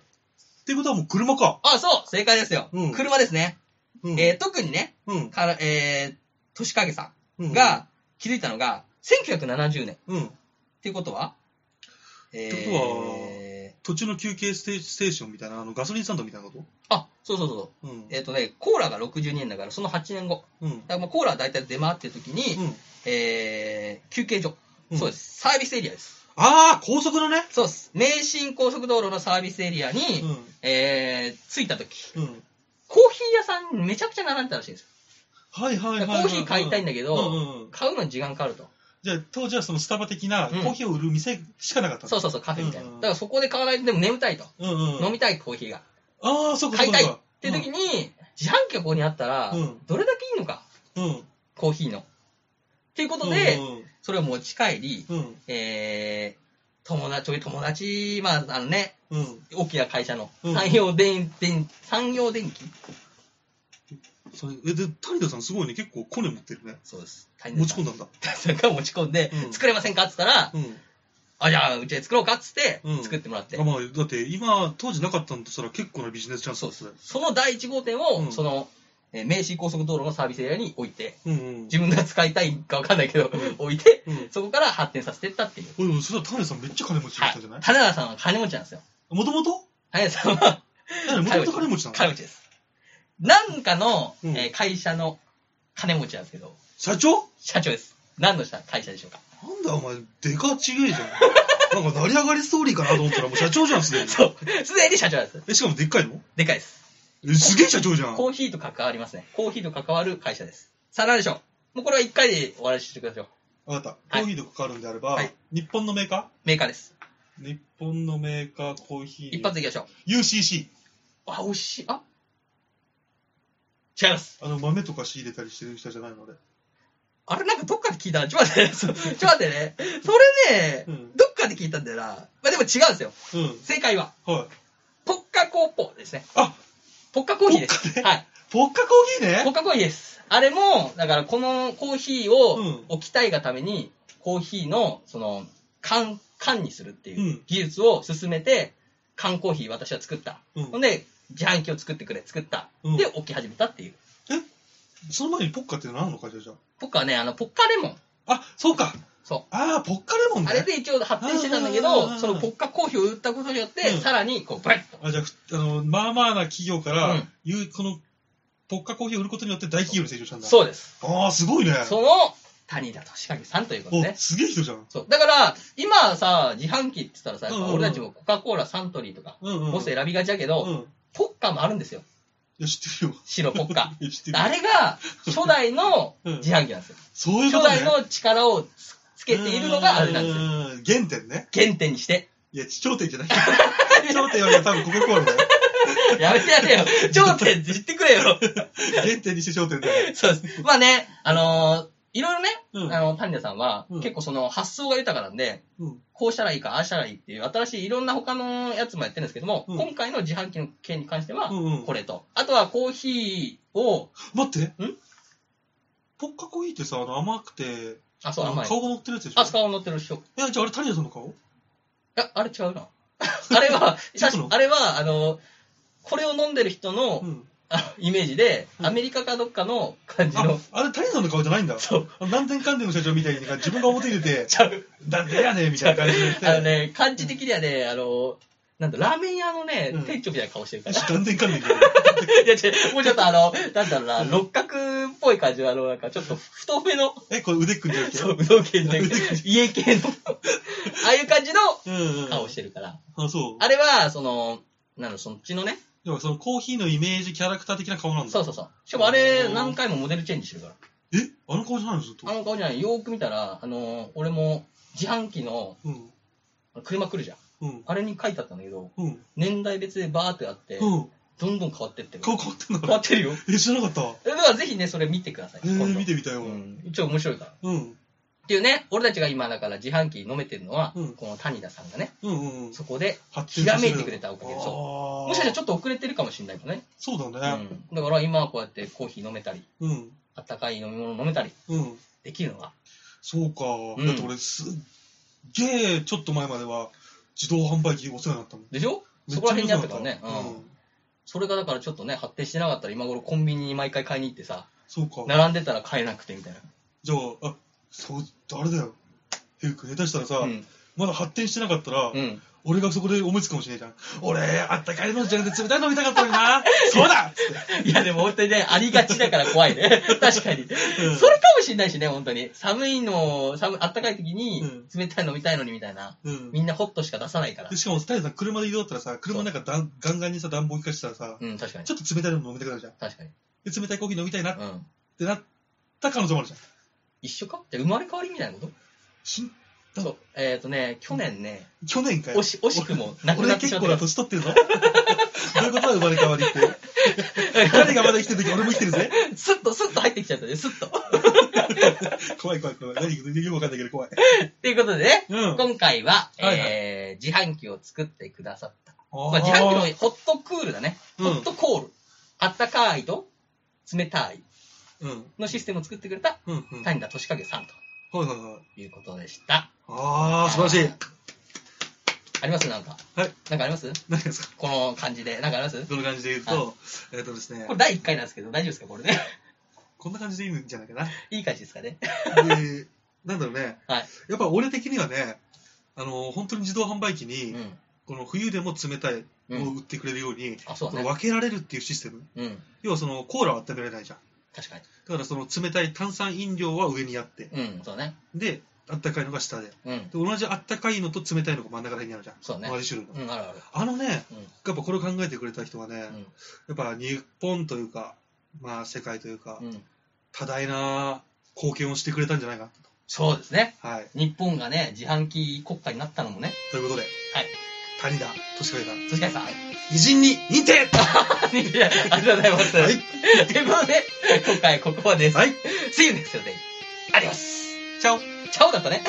Speaker 3: てことはもう車か。
Speaker 2: あ、そう、正解ですよ。
Speaker 3: うん
Speaker 2: 車ですね。
Speaker 3: うん。
Speaker 2: えー特にね、
Speaker 3: うん
Speaker 2: からえー、としかげさ
Speaker 3: うん
Speaker 2: んが気づいたのが、1970年っ
Speaker 3: うん。
Speaker 2: ていうことはえ
Speaker 3: って途中の休憩ステステーションみたいな、あのガソリンスタンドみたいなこと
Speaker 2: とは、あ、そうそうそう。
Speaker 3: うん。
Speaker 2: えっ、とね、コーラが62年だから、その8年後。
Speaker 3: うん。
Speaker 2: だからまあコーラは大体出回ってる時に、
Speaker 3: うん。
Speaker 2: えー、休憩所。
Speaker 3: うん
Speaker 2: そうです。サービスエリアです。
Speaker 3: ああ、高速のね。
Speaker 2: そうです。名神高速道路のサービスエリアに、
Speaker 3: う
Speaker 2: えー、着いた時、
Speaker 3: ん。うん。
Speaker 2: コーヒー屋さんにめちゃくちゃ並んでたらしいんですよ。
Speaker 3: はいはいはい、
Speaker 2: コ
Speaker 3: はい。
Speaker 2: ーヒー買いたいんだけど、
Speaker 3: うんうんうん
Speaker 2: 買うのに時間かかると。
Speaker 3: じゃあ、当時はそのスタバ的なコ
Speaker 2: うん
Speaker 3: ーヒーを売る店しかなかったん
Speaker 2: そう
Speaker 3: だ
Speaker 2: そうそう、カフェみたいな。
Speaker 3: うんうん
Speaker 2: だからそこで買わないと、でも眠たいと。
Speaker 3: うんうん。
Speaker 2: 飲みたいコーヒーが。
Speaker 3: ああ、そっかそ
Speaker 2: 買いた
Speaker 3: っか
Speaker 2: い
Speaker 3: そ
Speaker 2: っ
Speaker 3: っか。
Speaker 2: て時に、自販機がここにあったら、
Speaker 3: うん
Speaker 2: どれだけいいのか、
Speaker 3: うん。
Speaker 2: コーヒーの。っていうこと
Speaker 3: う
Speaker 2: で、
Speaker 3: ん
Speaker 2: それを持ち帰り、
Speaker 3: うんうん。
Speaker 2: えー、友達、ちょい友達、まあ、あのね、
Speaker 3: うん。
Speaker 2: 大きな会社の、
Speaker 3: うん
Speaker 2: 産業電、電、産業電機
Speaker 3: それえ、で、谷田さんすごいね、結構コネ持ってるね。
Speaker 2: そうです。
Speaker 3: 持ち込ん
Speaker 2: だ。
Speaker 3: だんだ。
Speaker 2: それから持ち込んで、
Speaker 3: うん
Speaker 2: 作れませんかって言ったら、
Speaker 3: うん。
Speaker 2: あ、じゃあ、うちで作ろうかっつって、
Speaker 3: うん
Speaker 2: 作ってもらって
Speaker 3: あ。まあ、だって今、当時なかったんだったら結構なビジネスチャンスだったね
Speaker 2: その第1号店
Speaker 3: うん
Speaker 2: を、その、えー名神高速道路のサービスエリアに置いて、
Speaker 3: うんうん。
Speaker 2: 自分が使いたいかわかんないけど、置いて、
Speaker 3: うん。
Speaker 2: そこから発展させてったっていう。
Speaker 3: おいおい、そしたら谷田さんめっちゃ金持ちだ
Speaker 2: は
Speaker 3: っ
Speaker 2: い。
Speaker 3: たんじゃない
Speaker 2: 金田さんは金持ちなんですよ。
Speaker 3: もともと
Speaker 2: 金田さんは
Speaker 3: もともと金持ちなの
Speaker 2: 金持ちです。なんかの、
Speaker 3: うん
Speaker 2: えー会社の金持ちなんですけど、
Speaker 3: 社長
Speaker 2: 社長です。何の社会社でしょうか。
Speaker 3: なんだお前、でかちげえ じゃん。なんか成り上がりストーリーかなと思ったらもう社長じゃん、すでに。
Speaker 2: そう。すでに社長なんです。
Speaker 3: え、しかもでっかいの
Speaker 2: でかいです。
Speaker 3: え、すげえ社長じゃん。
Speaker 2: コーヒーと関わりますね。コーヒーと関わる会社です。さあ、何でしょうもうこれは1回で終わりにしてくださいよ。
Speaker 3: わかった。
Speaker 2: はい
Speaker 3: コーヒーと関わるんであれば、
Speaker 2: はい
Speaker 3: 日本のメーカ
Speaker 2: メーカーです。
Speaker 3: ー日本のメーカー、コーヒー。
Speaker 2: 一発でいきましょう。
Speaker 3: UCC。
Speaker 2: あ、美味しい。あ違います。
Speaker 3: あの、豆とか仕入れたりしてる人じゃないので。
Speaker 2: あれなんかどっかで聞いたな。ちょっと待って、そうちょっと待ってね。それね、
Speaker 3: うん
Speaker 2: どっかで聞いたんだよな。まあでも違うんですよ。
Speaker 3: うん。
Speaker 2: 正解は、
Speaker 3: はい。
Speaker 2: ポッカコーポですね。
Speaker 3: あ、
Speaker 2: ポッカコーヒーで
Speaker 3: ポッ
Speaker 2: す。
Speaker 3: カね
Speaker 2: はい。
Speaker 3: ポッカコーヒー
Speaker 2: ポッ
Speaker 3: ね
Speaker 2: カコーヒーです。あれも、だからこのコーヒーを
Speaker 3: う
Speaker 2: 置きたいがために、コーヒーの、その、缶、缶にするって
Speaker 3: う
Speaker 2: いうん技術を進めて、缶コーヒー私は作った。
Speaker 3: うん
Speaker 2: ほんで、自販機を作ってくれ、作った。
Speaker 3: うん
Speaker 2: で、置き始めたっていう。
Speaker 3: その前にポッカって何の会社じゃん
Speaker 2: ポッカはね、あの、ポッカレモン。
Speaker 3: あ、そうか。
Speaker 2: そ
Speaker 3: ああ、ポッカレモン
Speaker 2: う。
Speaker 3: ね。
Speaker 2: あれで一応発展してたんだけ
Speaker 3: あー
Speaker 2: ど、そのポッカコーヒーを売ったことによって、
Speaker 3: うん
Speaker 2: さらに、こう、バイッと。
Speaker 3: あじゃあふ、あの、まあまあな企業から、
Speaker 2: うん
Speaker 3: いうこの、ポッカコーヒーを売ることによって大企業に成長したんだ。う。
Speaker 2: そうです。
Speaker 3: ああ、すごいね。
Speaker 2: その、谷田俊影さんということ
Speaker 3: お、
Speaker 2: ね。
Speaker 3: すげえ人じゃん。
Speaker 2: そう。だから、今さ、自販機って言ったらさ、やっ
Speaker 3: うん
Speaker 2: ぱ
Speaker 3: うんうん
Speaker 2: 俺たちもコカ・コーラ、サントリーとか、
Speaker 3: うんうん。
Speaker 2: ボス選びがちだけ
Speaker 3: う
Speaker 2: ど、
Speaker 3: ん。い
Speaker 2: ポッカもあるんですよ。
Speaker 3: や、知ってるよ。
Speaker 2: 白ポッ カ。
Speaker 3: いや知ってる。
Speaker 2: あれが、初代の自販機なんですよ。
Speaker 3: そういうこ
Speaker 2: 初
Speaker 3: とね。
Speaker 2: 代の力をつつけているのがあれなんですよ。
Speaker 3: うん原点ね。
Speaker 2: 原点にして。
Speaker 3: いや、頂点じゃない。頂点は多分コカ・コーラだよ。
Speaker 2: やめてやれよ。 頂点って言ってくれよ。
Speaker 3: 原点にして頂点だよ。
Speaker 2: そうです。まあね、あのーいろいろね、
Speaker 3: うん
Speaker 2: あの、谷田さんは、
Speaker 3: うん
Speaker 2: 結構その発想が豊かなんで、
Speaker 3: うん
Speaker 2: こうしたらいいか、ああしたらいいっていう、新しいいろんな他のやつもやってるんですけども、
Speaker 3: うん
Speaker 2: 今回の自販機の件に関しては、
Speaker 3: うんうん。
Speaker 2: これと。あとはコーヒーを、
Speaker 3: 待って。
Speaker 2: ん
Speaker 3: ポッカコーヒーってさ、あの甘くて、
Speaker 2: あ、そう、
Speaker 3: あの
Speaker 2: 甘い。
Speaker 3: 顔が乗ってるやつでしょ
Speaker 2: あ、スカを乗ってる人。い
Speaker 3: え、じゃああれ谷田さんの顔
Speaker 2: や、あれ違うな。 あれ は、
Speaker 3: 違うの
Speaker 2: あれは、あの、これを飲んでる人の、
Speaker 3: うん。
Speaker 2: あイメージで、
Speaker 3: うん
Speaker 2: アメリカかどっかの感じ
Speaker 3: あ
Speaker 2: の、、
Speaker 3: あれ谷田さんの顔じゃないんだ。
Speaker 2: そう、
Speaker 3: あの何点関連の社長みたいに、自分が表入れて、
Speaker 2: ちゃう。
Speaker 3: なんでやねんみたいな感じで言って
Speaker 2: あのね、感じ的にはね、あの、なんだ、ラーメン屋のね
Speaker 3: うん、
Speaker 2: 店長みたいな顔してるから。
Speaker 3: 断然かん ねんけど。
Speaker 2: いや違う、もうちょっとあの、なんだろうな、
Speaker 3: うん
Speaker 2: 六角っぽい感じの、あの、なんかちょっと太めの、
Speaker 3: え、これ腕組んでるけ
Speaker 2: そ
Speaker 3: ど。
Speaker 2: う、うどん系の、家系の、ああいう感じの
Speaker 3: うんうん。
Speaker 2: 顔してるから。
Speaker 3: あ、そう。
Speaker 2: あれは、その、なの、そっちのね、
Speaker 3: でもそのコーヒーのイメージキャラクター的な顔なんだ。
Speaker 2: そうそうそう。しかもあれ
Speaker 3: う、ん
Speaker 2: 何回もモデルチェンジしてるから。
Speaker 3: えあの顔じゃないのずっと
Speaker 2: あ。の顔じゃない、よーく見たら、あの、俺も、自販機の、
Speaker 3: うん。
Speaker 2: 車来るじゃん。
Speaker 3: うん。
Speaker 2: あれに書いてあったんだけど、
Speaker 3: うん。
Speaker 2: 年代別でバーってあって、
Speaker 3: うん。
Speaker 2: どんどん変わってってる。
Speaker 3: 顔変わってん
Speaker 2: 変わ
Speaker 3: だ。
Speaker 2: ってるよ。
Speaker 3: え、知らなかった。
Speaker 2: えだからぜひね、それ見てください。
Speaker 3: え
Speaker 2: 今
Speaker 3: ー、
Speaker 2: 度
Speaker 3: 見てみたいわ。
Speaker 2: う
Speaker 3: うん。
Speaker 2: ん。一応面白いから。
Speaker 3: うん
Speaker 2: っていうね、俺たちが今だから自販機飲めてるのは、
Speaker 3: うん
Speaker 2: この谷田さんがね、
Speaker 3: うんうん。
Speaker 2: そこで、
Speaker 3: 発
Speaker 2: ひらめいてくれたおかげでし
Speaker 3: ょ
Speaker 2: もしかしたらち
Speaker 3: ょ
Speaker 2: ょっと遅れてるかもしれないけどね。
Speaker 3: そう
Speaker 2: う
Speaker 3: だね。
Speaker 2: ん。だから今はこうやってコーヒー飲めたり、
Speaker 3: うん。
Speaker 2: あったかい飲み物飲めたり
Speaker 3: うん。
Speaker 2: できるのが。
Speaker 3: そうか。
Speaker 2: ん
Speaker 3: だって俺、すっげえ、ちょっと前までは、自動販売機お世話になったもん。
Speaker 2: でしょそ
Speaker 3: めっち
Speaker 2: こら
Speaker 3: ゃ
Speaker 2: 辺にあった
Speaker 3: お
Speaker 2: か
Speaker 3: 世話
Speaker 2: ら
Speaker 3: にな
Speaker 2: ね。うん。それがだからちょっとね、発展してなかったら今頃コンビニに毎回買いに行ってさ、
Speaker 3: そうか。
Speaker 2: 並んでたら買えなくてみたいな。
Speaker 3: じゃあ、あ、そう、あれだよ。ヘルク、下手したらさ、
Speaker 2: うん。
Speaker 3: まだ発展してなかったら、
Speaker 2: うん。
Speaker 3: 俺がそこで思いつくかもしれないじゃん。俺、あったかいのじゃなくて冷たいの飲みたかったのに な。そうだっつって
Speaker 2: いやでも本当にね、ありがちだから怖い ね。確かに。
Speaker 3: うん
Speaker 2: それかもしれないしね、本当に。寒いの、寒、あったかい時に
Speaker 3: うん、
Speaker 2: 冷たいの飲みたいのにみたいな。
Speaker 3: うん
Speaker 2: みんなホットしか出さないから
Speaker 3: で。しかも、タイさん、車で移動だったらさ、車の中だんガンガンにさ、暖房効かしてたらさ、
Speaker 2: うん、確かに。
Speaker 3: ちょっと冷たいの飲みたくなるじゃん。
Speaker 2: 確かに。
Speaker 3: で、冷たいコーヒー飲みたいなっ
Speaker 2: うん。
Speaker 3: てなった可能性もあるじゃん。
Speaker 2: 一緒かじゃあ生まれ変わりみたいなこと
Speaker 3: しん
Speaker 2: そう。えっ、とね、去年ね、
Speaker 3: 去年かよ
Speaker 2: 惜。し惜しくも亡く
Speaker 3: 俺
Speaker 2: なってし
Speaker 3: 結
Speaker 2: まった
Speaker 3: 構な。年取ってるのどういうことは生まれ変わりって。彼がまだ生きてる時俺も生きてるぜ。
Speaker 2: スッと、スッと入ってきちゃったね、スッと。
Speaker 3: 怖い怖い怖い。何言ってるかよくわかんないけど怖い。
Speaker 2: ということでね、
Speaker 3: うん。
Speaker 2: 今回は、
Speaker 3: はいはい
Speaker 2: えー、自販機を作ってくださった。
Speaker 3: あ
Speaker 2: まあ、自販
Speaker 3: ー
Speaker 2: 機のホットクールだね。
Speaker 3: うん
Speaker 2: ホットコール。あったかいと、冷たい
Speaker 3: うん。
Speaker 2: のシステムを作ってくれた、
Speaker 3: うんうん。はい
Speaker 2: 谷田俊景さんと
Speaker 3: はいはい。
Speaker 2: いうことでした。
Speaker 3: ああ、素晴らしい。
Speaker 2: ありますなんか。
Speaker 3: はい。
Speaker 2: なんかあります
Speaker 3: 何ですか
Speaker 2: この感じで。なんかあります
Speaker 3: この感じで言うと、えっとですね
Speaker 2: こ、れ第1回なんですけど、大丈夫ですかこれね。
Speaker 3: こんな感じでいいんじゃないかな。
Speaker 2: いい感じですかね。
Speaker 3: で、なんだろうね、
Speaker 2: はい
Speaker 3: やっぱ俺的にはね、あの、本当に自動販売機
Speaker 2: う
Speaker 3: に、
Speaker 2: ん。
Speaker 3: この冬でも冷たい
Speaker 2: うん
Speaker 3: を売ってくれるように、
Speaker 2: あ、そう
Speaker 3: こ
Speaker 2: だ
Speaker 3: の
Speaker 2: ね。
Speaker 3: 分けられるっていうシステム。
Speaker 2: うん。
Speaker 3: 要はその、コーラは温められないじゃん。
Speaker 2: 確かに。
Speaker 3: だからその冷たい炭酸飲料は上にあって、
Speaker 2: うん、そうだね。
Speaker 3: で、あったかいのが下で。で
Speaker 2: うん。
Speaker 3: 同じあったかいのと冷たいのが真ん中ら辺にあるじゃん。
Speaker 2: そうね
Speaker 3: 同じ種類の。
Speaker 2: うん、あるある。
Speaker 3: あのね、
Speaker 2: うん
Speaker 3: やっぱこれを考えてくれた人はね、
Speaker 2: う
Speaker 3: やっぱ日本というか、まあ世界というか、
Speaker 2: ん。うん。
Speaker 3: 多大な貢献をしてくれたんじゃないか
Speaker 2: そうですね。
Speaker 3: な。はい。
Speaker 2: 日本がね、自販機国家になったのもね。
Speaker 3: ということで、
Speaker 2: はい。
Speaker 3: 谷田俊介さん、
Speaker 2: 確かにさん。
Speaker 3: 偉人に 認定
Speaker 2: ありがとうございます。
Speaker 3: はい。
Speaker 2: ということで、今回ここまでです。
Speaker 3: はい。
Speaker 2: See you next day. あります。
Speaker 3: チャオ
Speaker 2: チャオだったね。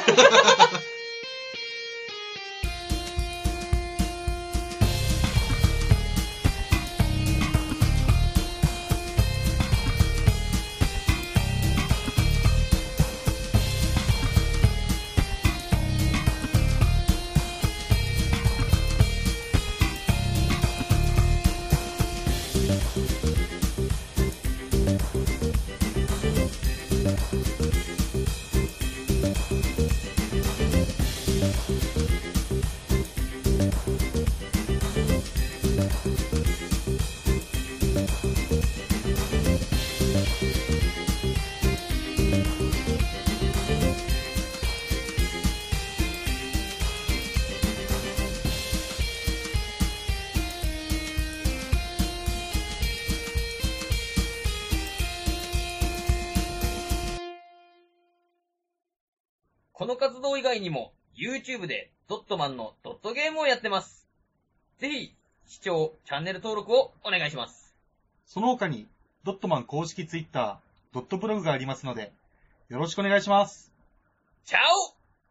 Speaker 2: この活動以外にも、YouTube でドットマンのドットゲームをやってます。ぜひ、視聴、チャンネル登録をお願いします。
Speaker 4: その他に、ドットマン公式ツイッター、ドットブログがありますので、よろしくお願いします。
Speaker 2: チャオ